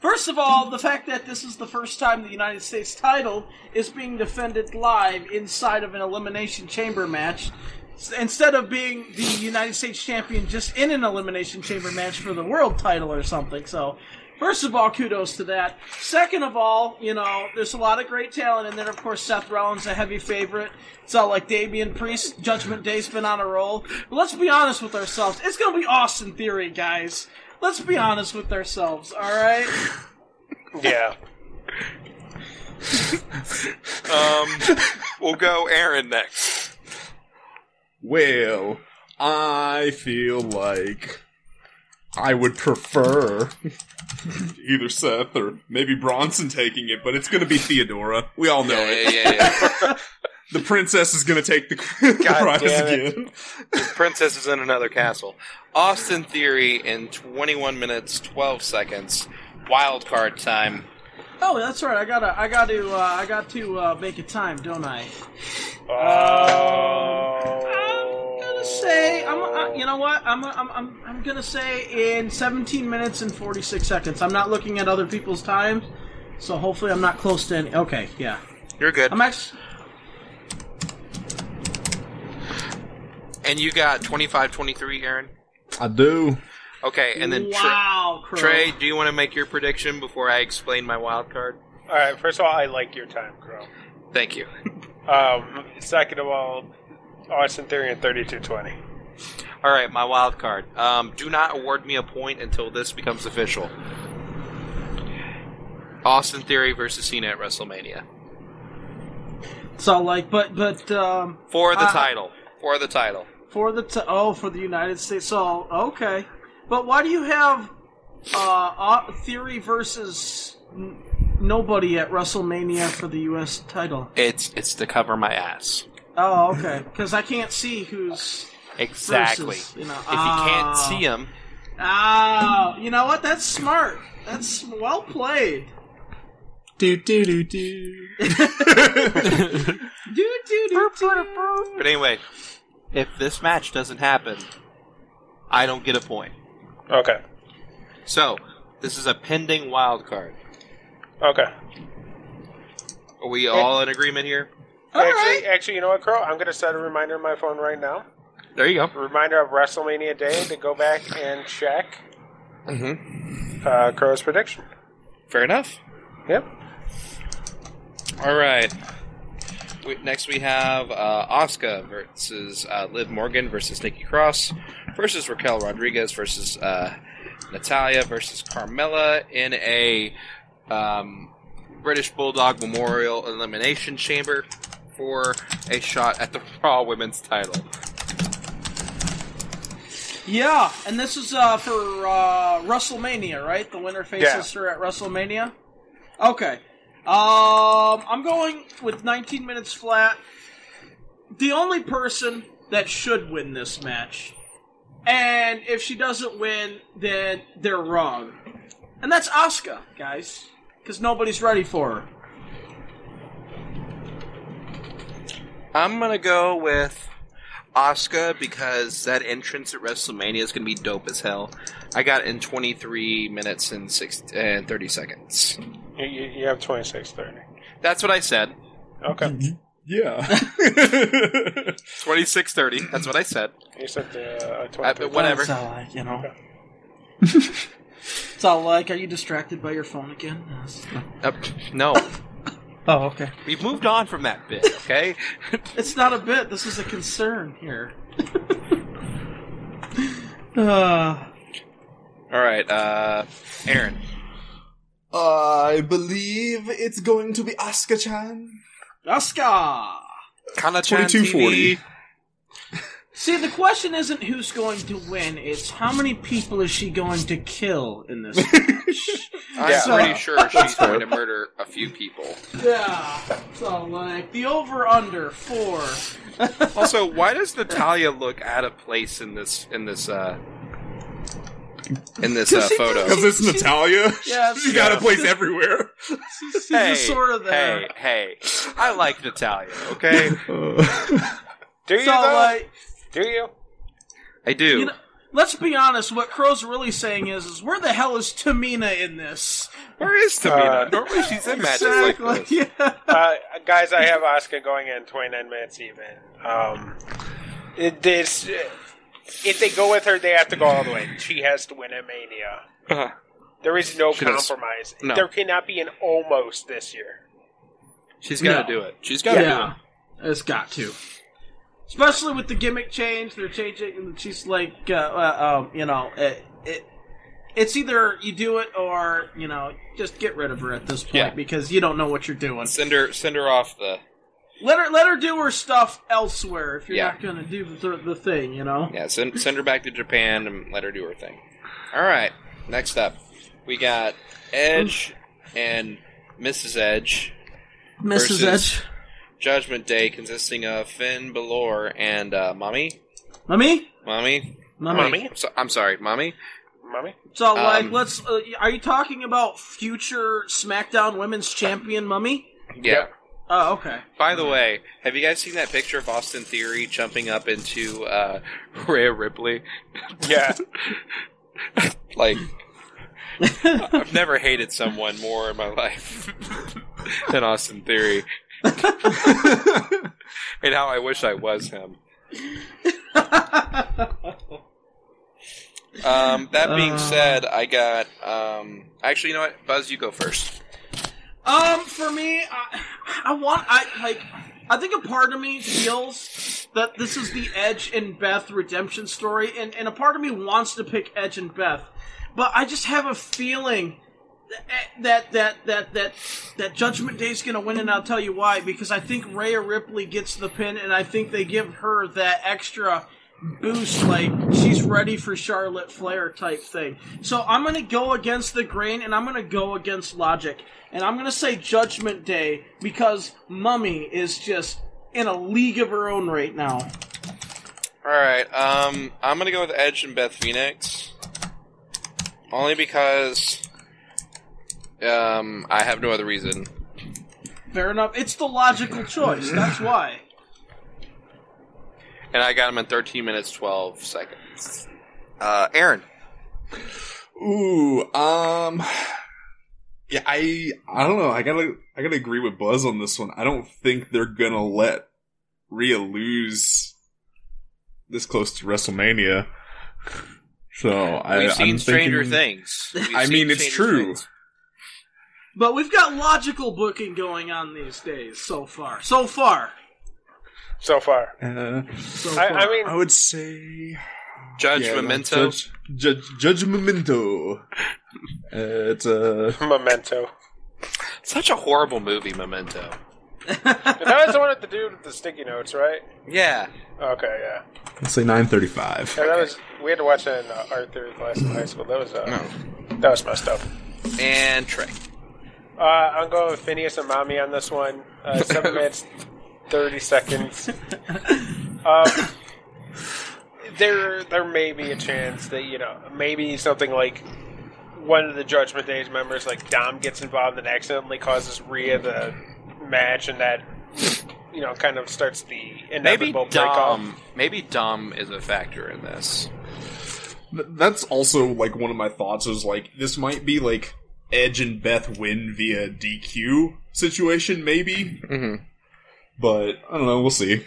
S1: first of all, the fact that this is the first time the United States title is being defended live inside of an Elimination Chamber match, s- instead of being the United States champion just in an Elimination Chamber match for the world title or something. So. First of all, kudos to that. Second of all, you know, there's a lot of great talent, and then of course Seth Rollins, a heavy favorite. So like Damian Priest, Judgment Day's been on a roll. But let's be honest with ourselves. It's gonna be Austin Theory, guys. Let's be honest with ourselves, all right?
S3: Yeah.
S5: Um, we'll go Aaron next.
S4: Well, I feel like I would prefer either Seth or maybe Bronson taking it, but it's going to be Theodora. We all know
S5: Yeah,
S4: it.
S5: yeah, yeah. yeah.
S4: The princess is going to take the, (laughs) the
S5: God
S4: prize
S3: damn it.
S4: again.
S5: Princess is in another castle. Austin Theory in 21 minutes 12 seconds. Wild card time.
S1: Oh, that's right. I gotta, I got to, uh, I got to uh, make a time, don't I?
S3: Oh.
S1: I'm gonna say, I'm, I, you know what? I'm, I'm, I'm, I'm gonna say in 17 minutes and 46 seconds. I'm not looking at other people's times, so hopefully I'm not close to any. Okay, yeah.
S5: You're good.
S1: I'm actually.
S5: And you got 25 23, Aaron?
S4: I do.
S5: Okay, and then
S1: wow,
S5: Tre-
S1: Crow.
S5: Trey, do you want to make your prediction before I explain my wild card?
S3: All right, first of all, I like your time, Crow.
S5: Thank you. (laughs)
S3: Um, second of all, Austin Theory and 3220.
S5: All right, my wild card. Um, do not award me a point until this becomes official. Austin Theory versus Cena at WrestleMania
S1: So like, but but um,
S5: for the
S1: Uh,
S5: title. For the title.
S1: for the t- oh for the United States. So okay, but why do you have uh, uh theory versus n- nobody at WrestleMania for the U.S. title?
S5: It's it's to cover my ass.
S1: Oh okay, because I can't see who's
S5: Exactly.
S1: Versus, uh, you know,
S5: if you can't see him,
S1: ah you know what? That's smart. That's well played.
S4: Do, do, do, do.
S1: Do do do do.
S5: but anyway, if this match doesn't happen, I don't get a point.
S3: Okay.
S5: So this is a pending wild card.
S3: Okay.
S5: Are we all in agreement here?
S1: All
S3: actually,
S1: right.
S3: actually, you know what, Crow? I'm going to set a reminder on my phone right now.
S5: There you go.
S3: Reminder of WrestleMania Day to go back and check
S5: Mm-hmm.
S3: uh, Crow's prediction.
S5: Fair enough.
S3: Yep.
S5: All right. We, next we have uh, Asuka versus uh, Liv Morgan versus Nikki Cross versus Raquel Rodriguez versus uh, Natalia versus Carmella in a um, British Bulldog Memorial Elimination Chamber for a shot at the (laughs) Raw Women's title.
S1: Yeah, and this is uh, for uh, WrestleMania, right? The winner faces
S3: Yeah.
S1: her at WrestleMania. Okay. Um, I'm going with 19 minutes flat. The only person that should win this match, and if she doesn't win, then they're wrong. And that's Asuka, guys, because nobody's ready for her.
S5: I'm gonna go with Oscar because that entrance at WrestleMania is gonna be dope as hell. I got in 23 minutes and six and 30 seconds.
S3: You, you you have twenty six thirty.
S5: That's what I said.
S3: Okay,
S1: Mm.
S4: Yeah.
S5: 26:30. That's what I said.
S3: you said the uh,
S5: Uh,
S3: twenty
S5: but
S3: three.
S5: whatever.
S1: That's all I, you (laughs) know. it's all like, are you distracted by your phone again? Yes.
S5: Uh, no,
S1: Oh, okay.
S5: we've moved on from that bit. Okay.
S1: It's not a bit. This is a concern
S4: (laughs)
S1: here. uh,
S5: (laughs) All right, uh, Aaron.
S4: I believe it's going to be Asuka Chan.
S1: Asuka!
S5: Kana-chan
S4: 22:40.
S5: TV.
S1: See, the question isn't who's going to win, it's how many people is she going to kill in
S4: (laughs)
S1: this
S5: (laughs)
S1: match?
S5: I'm
S3: Yeah.
S1: (laughs)
S5: pretty sure she's going to murder a few people.
S1: yeah. So, like, the over under four.
S5: Also, why does Natalia look out of place in this in this uh in this uh,
S1: Cause she
S5: photo?
S1: doesn't-
S4: Because it's
S1: She-
S4: Natalia.
S1: Yeah,
S4: She's got a
S1: yeah.
S4: place (laughs) everywhere.
S1: She's, she's
S5: Hey,
S1: just sort of there.
S5: hey, hey! I like Natalia. Okay,
S3: Do you
S1: So,
S3: though?
S1: like,
S3: Do you?
S5: I do.
S1: you know, let's be honest, what Crow's really saying is, is where the hell is Tamina in this?
S5: Where is Tamina?
S3: Uh,
S5: Normally she's in matches like this.
S1: (laughs) yeah.
S3: uh, guys, I have Oscar going in 29 minutes even. Um, it, this, if they go with her, they have to go all the way. She has to win at Mania.
S5: Uh,
S3: There is no
S5: She does.
S3: compromise.
S5: No.
S3: There cannot be an almost this year.
S5: she's got to
S1: No.
S5: do it. She's got to do
S1: yeah, it's got to. Especially with the gimmick change, they're changing. and She's like, uh, uh, um, you know, it, it, it's either you do it or you know, just get rid of her at this point
S5: Yeah.
S1: because you don't know what you're doing.
S5: it. Send her, send her off the.
S1: Let her, let her do her stuff elsewhere if you're
S5: Yeah.
S1: not gonna do the, the thing, you know.
S5: Yeah, send, send her back to Japan and let her do her thing. All right, next up, we got Edge and Mrs. Edge.
S1: Mrs.
S5: Versus-
S1: Edge,
S5: Judgment Day consisting of Finn Balor and uh, Mommy.
S1: mommy,
S5: Mommy?
S1: mommy.
S5: I'm, so- I'm sorry, Mommy?
S3: Mommy?
S1: So like,
S5: Um,
S1: let's. Uh, are you talking about future SmackDown Women's Champion, Mummy?
S5: Yeah.
S3: Yep.
S1: Oh, okay. (laughs)
S5: By the way, have you guys seen that picture of Austin Theory jumping up into uh, (laughs) Rhea Ripley?
S3: Yeah.
S5: Like, I've never hated someone more in my life (laughs) than Austin Theory. and how I wish I was him. Um, that being
S1: Uh.
S5: said, I got. Um, actually, you know what? Buzz, you go first.
S1: Um, for me, I, I want I like. I think a part of me feels that this is the Edge and Beth redemption story, and and a part of me wants to pick Edge and Beth, but I just have a feeling that that that that that Judgment Day's gonna win, and I'll tell you why. Because I think Rhea Ripley gets the pin, and I think they give her that extra boost, like she's ready for Charlotte Flair type thing. So I'm gonna go against the grain, and I'm gonna go against logic, and I'm gonna say Judgment Day because Mummy is just in a league of her own right now.
S5: All right. Um, I'm gonna go with Edge and Beth Phoenix, only because um, I have no other reason.
S1: Fair enough. It's the logical choice. That's why.
S5: And I got him in 13 minutes 12 seconds. Uh, Aaron.
S4: Ooh, um, yeah, I, I don't know. I gotta, I gotta agree with Buzz on this one. I don't think they're gonna let Rhea lose this close to WrestleMania. So I,
S5: We've seen
S4: I'm
S5: Stranger
S4: thinking-
S5: Things. (laughs) We've
S4: I
S5: seen
S4: mean, it's
S5: Stranger
S4: true.
S5: Things.
S1: But we've got logical booking going on these days so far. So far.
S3: (laughs) So far.
S4: Uh,
S1: So
S3: I,
S1: far.
S3: I mean,
S4: I would say
S5: Judge
S4: Yeah, no,
S5: Memento.
S4: Judge, Judge, Judge Memento. Uh, it's uh,
S1: (laughs)
S3: Memento.
S5: Such a horrible movie, Memento.
S3: That was the one with the dude with the sticky notes, right?
S5: Yeah.
S3: Okay, yeah.
S4: let's say nine thirty-five.
S3: Yeah, that was. We had to watch that in uh, art theory class in high school. That was uh,
S5: No.
S3: that was messed up.
S5: And Trey.
S3: Uh, I'm going with Phineas and Mommy on this one. Uh,
S5: (laughs)
S3: seven minutes, thirty seconds. Um, there, there may be a chance that you know, maybe something like one of the Judgment Day's members, like Dom, gets involved and accidentally causes Rhea the match, and that you know, kind of starts the
S5: Maybe
S3: inevitable breakup.
S5: Dom. Maybe Dom is a factor in this.
S4: That's also like one of my thoughts is like this might be like Edge and Beth win via DQ situation maybe,
S5: Mm-hmm.
S4: but I don't know. We'll see.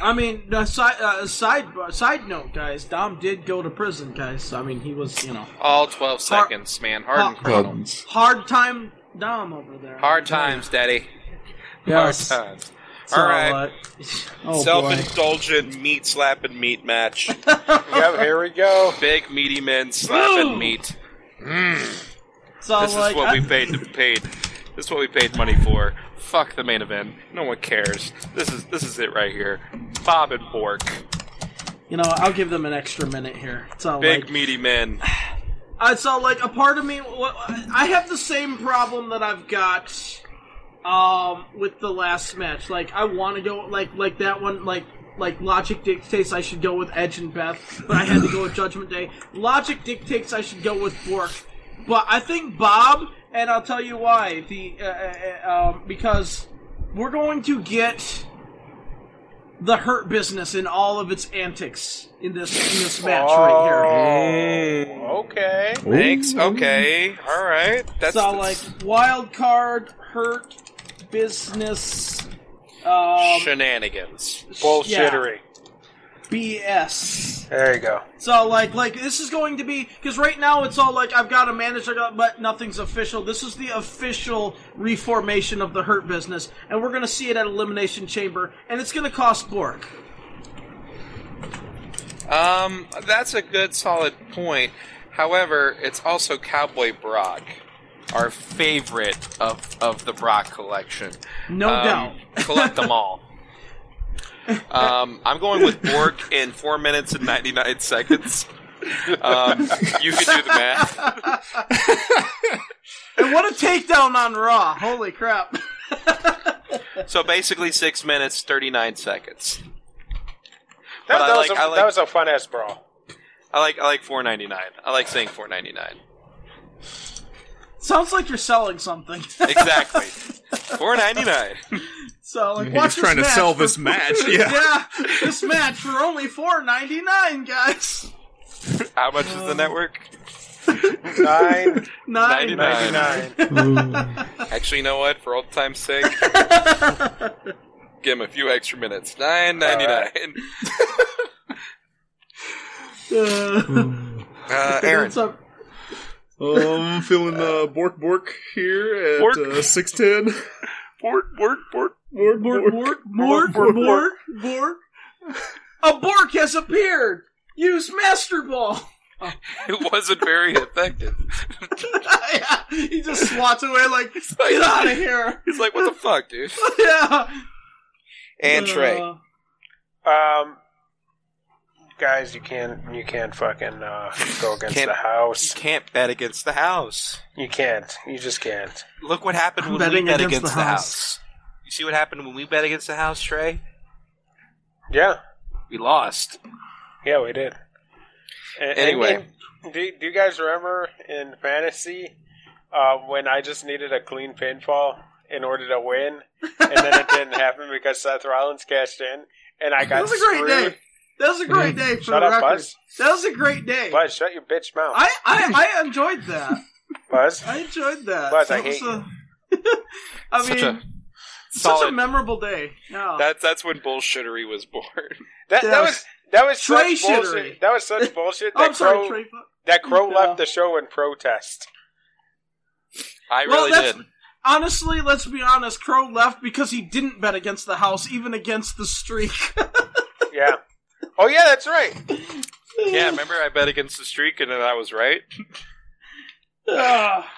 S1: I mean, uh, side uh, side uh, side note, guys. Dom did go to prison, guys. I mean, he was you know
S5: All twelve
S1: Har-
S5: seconds, man. Hardened
S1: Har-
S5: criminal.
S4: Buttons.
S1: hard time Dom over there.
S5: Hard times, Daddy.
S1: Yes.
S5: Hard times.
S1: So,
S5: All right.
S1: uh, (laughs) oh boy.
S5: Self-indulgent meat slapping meat match.
S3: Yep, here we go.
S5: Big meaty men
S1: Ooh.
S5: slapping meat.
S1: So
S5: This
S1: like,
S5: is what
S1: I-
S5: we paid to paid. This is what we paid money for. Fuck the main event. No one cares. This is this is it right here. Bob and Bork.
S1: you know, I'll give them an extra minute here. So
S5: Big
S1: like,
S5: meaty men.
S1: I so like a part of me. wh- I have the same problem that I've got um with the last match. Like I want to go like like that one like. Like logic dictates I should go with Edge and Beth, but I had to go with Judgment Day. Logic dictates I should go with Bork, but I think Bob, and I'll tell you why. The uh, uh, uh, um, because we're going to get the Hurt Business in all of its antics in this in this match right here.
S3: Oh, okay.
S5: Thanks. Okay. All right. That's
S1: so like wild card hurt business um,
S5: shenanigans.
S3: Bullshittery.
S1: BS.
S3: There you go.
S1: So like like this is going to be because right now it's all like I've got a manager, but nothing's official. This is the official reformation of the Hurt business, and we're gonna see it at Elimination Chamber, and it's gonna cost Bork.
S5: Um, that's a good solid point. However, it's also Cowboy Brock, our favorite of of the Brock collection.
S1: Oh, No
S5: Um,
S1: doubt.
S5: collect
S1: (laughs)
S5: them all. Um, I'm going with Bork in four minutes and 99 seconds. Um, you can do the math.
S1: And what a takedown on Raw! Holy crap! (laughs)
S5: So basically, six minutes, 39 seconds.
S3: That,
S5: But I
S3: that
S5: like-
S3: was a,
S5: I like-
S3: that was a fun ass brawl.
S5: I like I like 4.99. I like saying 4.99.
S1: Sounds like you're selling something. (laughs)
S5: Exactly. 4.99.
S1: so like, watch
S2: He's trying to
S1: this match
S2: sell
S1: for
S2: this match.
S4: (laughs)
S1: (laughs)
S2: Yeah.
S1: yeah, this match for only four ninety nine, guys.
S5: How much is the network?
S3: Nine
S1: Nine
S5: 99.
S3: ninety nine.
S5: Actually, you know what? For old time's sake, give him a few extra minutes. Nine ninety nine.
S1: Uh,
S5: Uh, Aaron, (laughs)
S1: what's up?
S4: I'm feeling uh, Bork Bork here at
S5: Bork.
S4: Uh, six ten. Bork Bork Bork
S1: Bork,
S4: Bork
S1: Bork, Bork, Bork, Bork, Bork. A Bork has appeared. Use Master Ball. (laughs)
S5: it wasn't very effective.
S1: yeah, he just swats away like get out of here. (laughs)
S5: He's like, "What the fuck, dude?"
S1: yeah.
S5: And Trey,
S1: Uh,
S3: (laughs) Um, guys, you can't you can't fucking uh, go against
S5: Can't-
S3: the
S5: you
S3: house.
S5: can't bet against the house.
S3: You can't. You just can't.
S5: Look what happened
S1: I'm
S5: when
S1: betting
S5: we bet
S1: against
S5: against,
S1: the
S5: the,
S1: house.
S5: house. You see what happened when we bet against the house, Trey?
S3: Yeah,
S5: We lost.
S3: yeah, we did. And,
S5: Anyway.
S3: and- and do, do you guys remember in fantasy uh, when I just needed a clean pinfall in order to win, and then it
S5: (laughs)
S3: didn't happen because Seth Rollins cashed in, and I
S1: that
S3: got
S1: was a great
S3: screwed.
S1: day. That was a great day for
S3: Shut
S1: the
S3: up,
S1: record.
S3: Buzz.
S1: That was a great day.
S3: Buzz, shut your bitch mouth.
S1: I, I I enjoyed that.
S3: Buzz.
S1: I enjoyed that.
S3: Buzz, I
S1: That was
S3: hate
S1: a- (laughs) I
S5: Such
S1: mean,
S5: a
S1: such a
S5: solid-
S1: memorable day. Yeah.
S5: That's that's when bullshittery was born.
S3: That,
S1: Yeah.
S3: that was that was
S1: Trey
S3: such bullshit.
S1: shittery.
S3: That was such bullshit.
S1: oh,
S3: That
S1: (laughs) I'm
S3: Crow
S1: sorry, Trey.
S3: that Crow
S1: Yeah.
S3: left the show in protest.
S5: I
S1: Well,
S5: really
S1: that's-
S5: did.
S1: Honestly, let's be honest. Crow left because he didn't bet against the house, even against the streak. (sighs)
S3: Yeah. Oh yeah, that's right.
S5: Yeah, remember I bet against the streak and then I was right.
S1: Ah.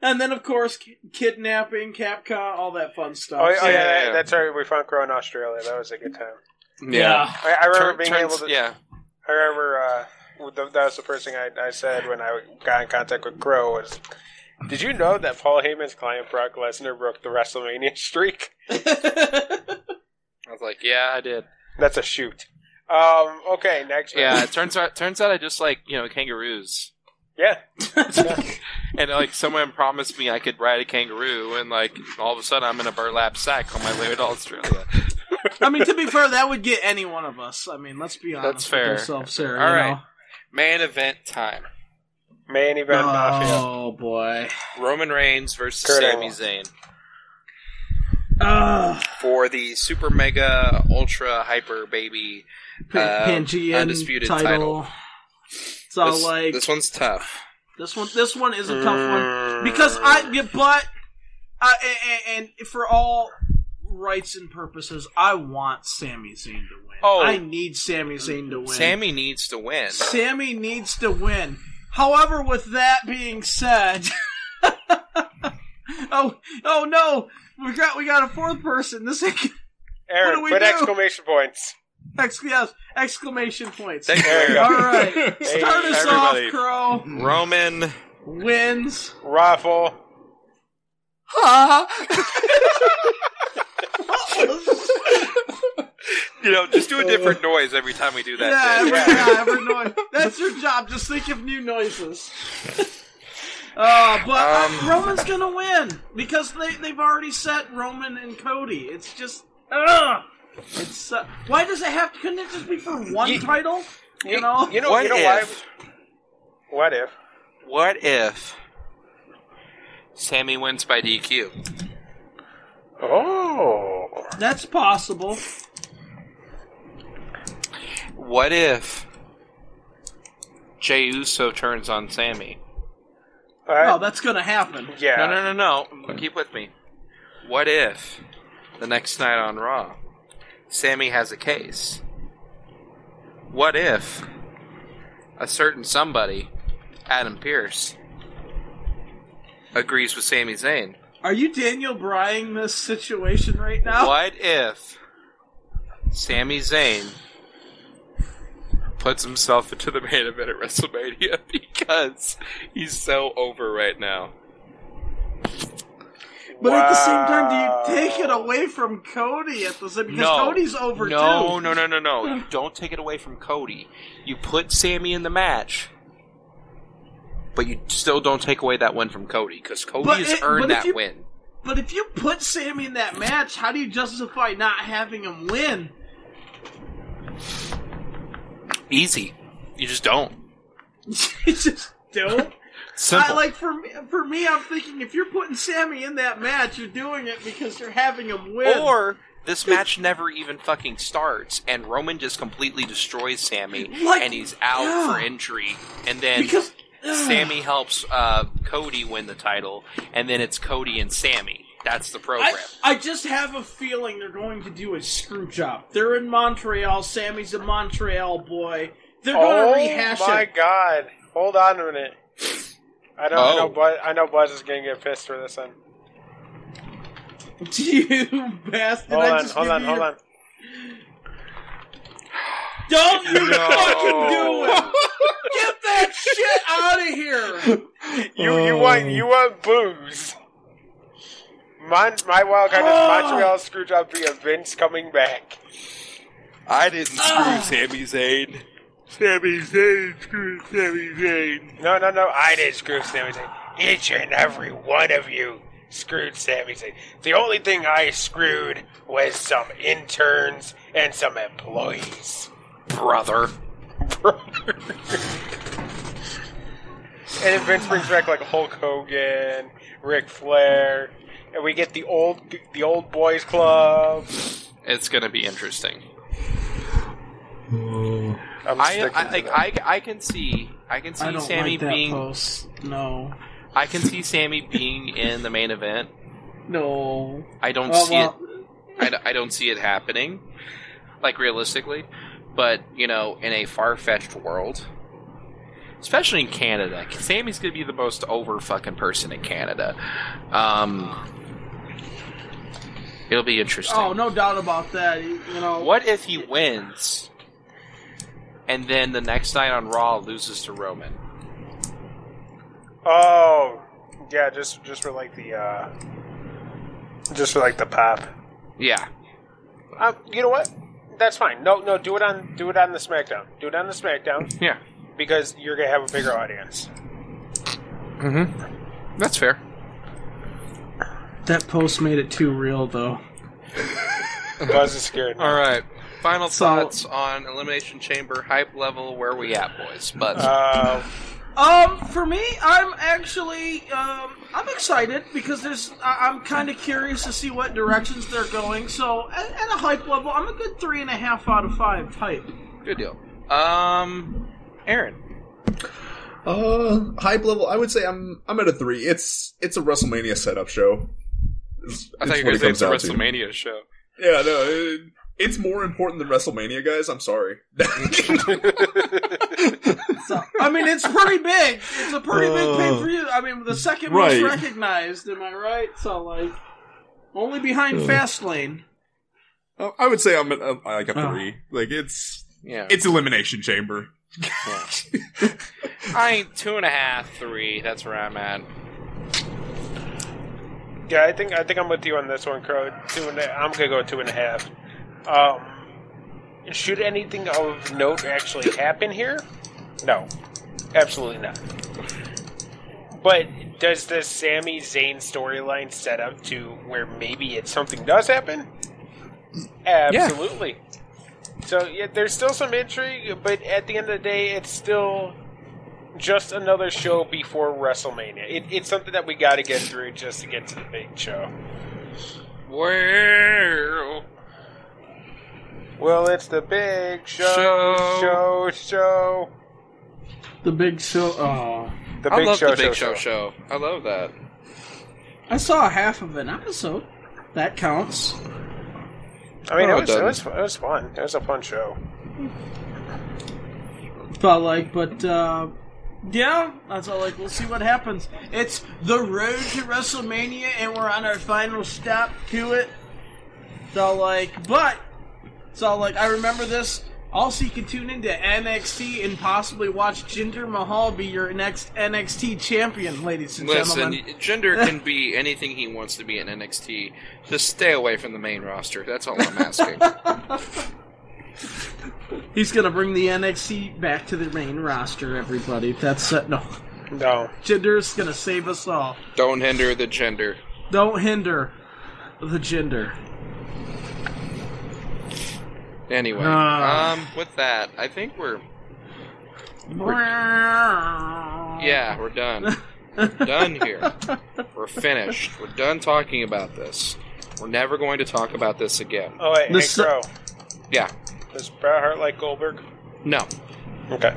S1: and then, of course, ki- kidnapping, Capcom, all that fun stuff.
S3: Oh, yeah, oh, yeah,
S5: Yeah, yeah,
S3: that-
S5: yeah.
S3: that's right. We found Crow in Australia. That was a good time.
S1: Yeah.
S3: I, I remember
S5: Turn-
S3: being
S5: turns-
S3: able to.
S5: yeah.
S3: I remember uh, w- th- that was the first thing I, I said when I got in contact with Crow was, "Did you know that Paul Heyman's client Brock Lesnar broke the WrestleMania streak?"
S5: I was like, yeah, I did.
S3: That's a shoot. Um, okay, next. one.
S5: Yeah, it turns out turns out I just like you know kangaroos,
S3: yeah.
S5: and like someone promised me I could ride a kangaroo, and like all of a sudden I'm in a burlap sack on my way to Australia.
S1: (laughs) I mean, to be fair, that would get any one of us. I mean, let's be honest
S5: fair.
S1: with ourselves here.
S5: All
S1: you
S5: right.
S1: know?
S5: Main event time:
S3: Main event mafia.
S1: Oh boy.
S5: Roman Reigns versus
S3: Kurt
S5: Sami
S3: Angle.
S5: Zayn
S1: Uh,
S5: for the super mega ultra hyper baby. Uh,
S1: Pangean
S5: undisputed
S1: title.
S5: title.
S1: So
S5: this,
S1: Oh, like
S5: this Mm. one's tough.
S1: This one, this one is a tough one because I, yeah, but, uh, and, and for all rights and purposes, I want Sami Zayn to win.
S5: Oh.
S1: I need Sami Zayn to win.
S5: Sammy needs to win.
S1: Sammy needs to win. However, with that being said, (laughs) oh, oh no, we got we got a fourth person. This is (laughs)
S3: Aaron,
S1: do we
S3: put
S1: do?
S3: exclamation points.
S1: ex- yes, exclamation points.
S5: Thank
S3: There you
S5: you.
S3: go.
S1: All right,
S3: Hey,
S1: start us
S5: everybody.
S1: off, Crow
S5: Roman.
S1: wins.
S3: Raffle.
S5: You know, just do
S1: (laughs)
S5: a different noise every time we do that.
S1: Yeah,
S5: thing.
S1: every, yeah, every noise. That's your job. Just think of new noises. Uh, but uh,
S5: Um.
S1: Roman's gonna win because they they've already set Roman and Cody. It's just ugh. It's uh, why does it have? Couldn't it just be for one
S5: Ye-
S1: title? You know.
S3: You know,
S5: What
S3: you know
S5: if?
S3: why? What if?
S5: What if Sammy wins by DQ?
S3: Oh.
S1: That's possible.
S5: What if Jey Uso turns on Sammy?
S3: All
S1: No,
S3: right.
S1: Oh, that's gonna happen.
S3: yeah.
S5: No, no, no, no. Keep with me. What if the next night on Raw, Sammy has a case? What if a certain somebody, Adam Pierce, agrees with Sami Zayn?
S1: Are you Daniel Bryan this situation right now?
S5: What if Sami Zayn puts himself into the main event at WrestleMania (laughs) because he's so over right now?
S1: But at the same time, do you take it
S3: Wow.
S1: away from Cody at the same? Because
S5: No.
S1: Cody's over too.
S5: No, no, no, no, no. You don't take it away from Cody. You put Sammy in the match. But you still don't take away that win from Cody because Cody
S1: But
S5: has
S1: it-
S5: earned
S1: but if
S5: that
S1: you-
S5: win.
S1: But if you put Sammy in that match, how do you justify not having him win? (laughs)
S5: Easy. You just don't.
S1: you just don't.
S5: Simple.
S1: I, like for me, for me, I'm thinking if you're putting Sammy in that match, you're doing it because you're having him win.
S5: Or this match never even fucking starts, and Roman just completely destroys Sammy,
S1: Like-
S5: and he's out for
S1: yeah.
S5: injury. And then
S1: because
S5: Sammy helps uh, Cody win the title, and then it's Cody and Sammy. That's the program.
S1: I, I just have a feeling they're going to do a screw job. They're in Montreal. Sammy's a Montreal boy. They're going
S3: Oh
S1: to rehash
S3: my
S1: it.
S3: god! Hold on a minute. I don't I know.
S5: Oh.
S3: Buzz, I know Buzz is gonna get pissed for this one.
S1: You bastard!
S3: Hold
S1: I
S3: on,
S1: just
S3: hold
S1: give
S3: on,
S1: you
S3: hold
S1: your-
S3: on.
S1: Don't you
S5: No.
S1: fucking do it! Get that shit out of here!
S3: You you
S5: Oh.
S3: want you want booze. Mon, my wild card is
S1: (gasps) Ah.
S3: Montreal Screwjob via Vince coming back.
S5: I didn't screw
S1: Ah.
S5: Sammy Zayn. Sammy Zayn screwed Sammy Zayn.
S3: No, no, no. I didn't screw Sami Zayn. Each and every one of you screwed Sami Zayn. The only thing I screwed was some interns and some employees.
S5: Brother.
S3: Brother. and then Vince brings back like Hulk Hogan, Ric Flair, and we get the old the old boys club.
S5: It's going to be interesting.
S3: I'm
S5: I,
S3: sticking
S5: I,
S3: to
S5: like,
S3: that.
S5: I, I can see. I can see
S1: I don't
S5: Sammy
S1: like that
S5: being.
S1: post. No.
S5: I can see Sammy being in the main event.
S1: No.
S5: I don't
S1: Oh,
S5: see
S1: well,
S5: it. I, d- I don't see it happening, like realistically. But you know, in a far fetched world, especially in Canada, Sammy's gonna be the most over fucking person in Canada. Um, it'll be interesting.
S1: Oh, no doubt about that. You know,
S5: What if he wins, and then the next night on Raw loses to Roman?
S3: Oh, yeah, just just for like the uh, just for like the pop.
S5: Yeah,
S3: Um, you know what? That's fine. No, no, do it on do it on the SmackDown. Do it on the SmackDown
S5: yeah,
S3: because you're gonna have a bigger
S5: (laughs)
S3: audience.
S5: mm-hmm. that's fair.
S1: that post made it too real, though.
S3: Buzz is scared.
S5: All right. Final
S1: So-
S5: thoughts on Elimination Chamber hype level. Where we at, boys? But
S3: Uh,
S1: Um, for me, I'm actually um, I'm excited because there's I- I'm kind of curious to see what directions they're going. So at, at a hype level, I'm a good three and a half out of five hype.
S5: good deal. Um, Aaron.
S4: Uh, hype level. I would say I'm I'm at a three. It's it's a WrestleMania setup show. It's,
S5: I thought you
S4: what
S5: were
S4: it
S5: going
S4: comes
S5: to say
S4: down
S5: it's
S4: to.
S5: a WrestleMania show.
S4: Yeah, no, it, it's more important than WrestleMania, guys. I'm sorry. (laughs)
S1: So I mean, it's pretty big. It's a pretty big pay per view. I mean, the second most
S4: Right.
S1: recognized. Am I right? So like, only behind Fastlane.
S4: Uh, I would say I'm at uh, like a
S1: Oh.
S4: three. Like it's
S5: Yeah,
S4: it's elimination chamber.
S5: I ain't two and a half, three. That's where I'm at.
S3: yeah, I think I think I'm with you on this one, Crow. Two and a, I'm gonna go two and a half. Um, should anything of note actually happen here? No, absolutely not. But does the Sami Zayn storyline set up to where maybe it something does happen? Absolutely. So yeah, there's still some intrigue, but at the end of the day, it's still just another show before WrestleMania. It, it's something that we got to get through just to get to the big show.
S5: Where?
S3: Well, it's the big
S5: Show.
S3: show, show.
S1: The big show. Oh,
S3: The
S5: I
S3: big
S5: love
S3: show,
S5: the Big
S3: show,
S5: Show show. I love that.
S1: I saw half of an episode. That counts.
S3: I mean, it,
S5: Oh, it
S3: was, it
S5: doesn't.
S3: was it was fun. It was a fun show.
S1: felt like, but uh, yeah, that's all. Like, we'll see what happens. It's the road to WrestleMania, and we're on our final stop to it. So, like, but so, like, I remember this. Also, you can tune into NXT and possibly watch Jinder Mahal be your next NXT champion, ladies and
S5: Listen,
S1: gentlemen.
S5: gender can be anything he wants to be in NXT. Just stay away from the main roster. That's all I'm (laughs) asking.
S1: He's gonna bring the NXT back to the main roster, everybody. That's uh, no. (laughs)
S3: No,
S1: Jinder's gonna save us all.
S5: Don't hinder the gender.
S1: Don't hinder the gender.
S5: Anyway,
S1: Ah.
S5: um, with that, I think we're
S1: Yeah.
S5: yeah, we're done. we're done here. We're finished. We're done talking about this. We're never going to talk about this again.
S3: oh wait,
S1: The
S3: hey,
S1: so-
S3: Crow.
S5: Yeah.
S3: Does Bret Hart like Goldberg?
S5: No.
S3: Okay.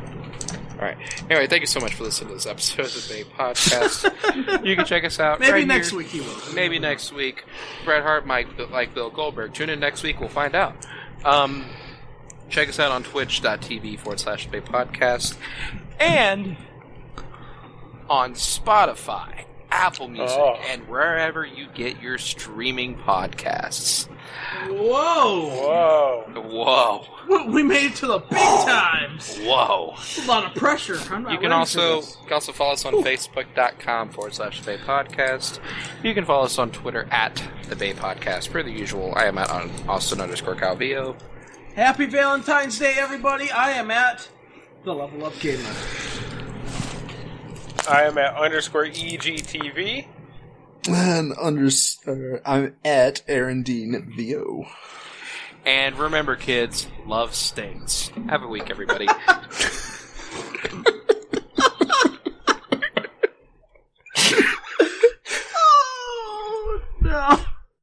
S5: All right. Anyway, thank you so much for listening to this episode of the Bay
S1: (laughs)
S5: Podcast. you can check us out.
S1: Maybe
S5: right
S1: next
S5: here.
S1: week he will.
S5: Maybe next week. Bret Hart might b- like Bill Goldberg. Tune in next week. We'll find out. Um, check us out on twitch.tv forward slash Bay Podcast and on Spotify, Apple Music,
S3: Oh.
S5: and wherever you get your streaming podcasts.
S1: Whoa!
S3: Whoa.
S5: Whoa.
S1: We- We made it to the big times.
S5: Whoa.
S1: That's a lot of pressure. I'm not
S5: You can
S1: ready for
S5: also
S1: this.
S5: you can also follow us on facebook.com forward slash the Bay Podcast. You can follow us on Twitter at the Bay Podcast per the usual. I am at on Austin underscore Calvillo.
S1: Happy Valentine's Day, everybody. I am at the Level Up Gamer.
S3: I am at underscore E egtv.
S4: And under, I'm at Aaron Dean VO.
S5: And remember, kids, love stings. Have a week, everybody.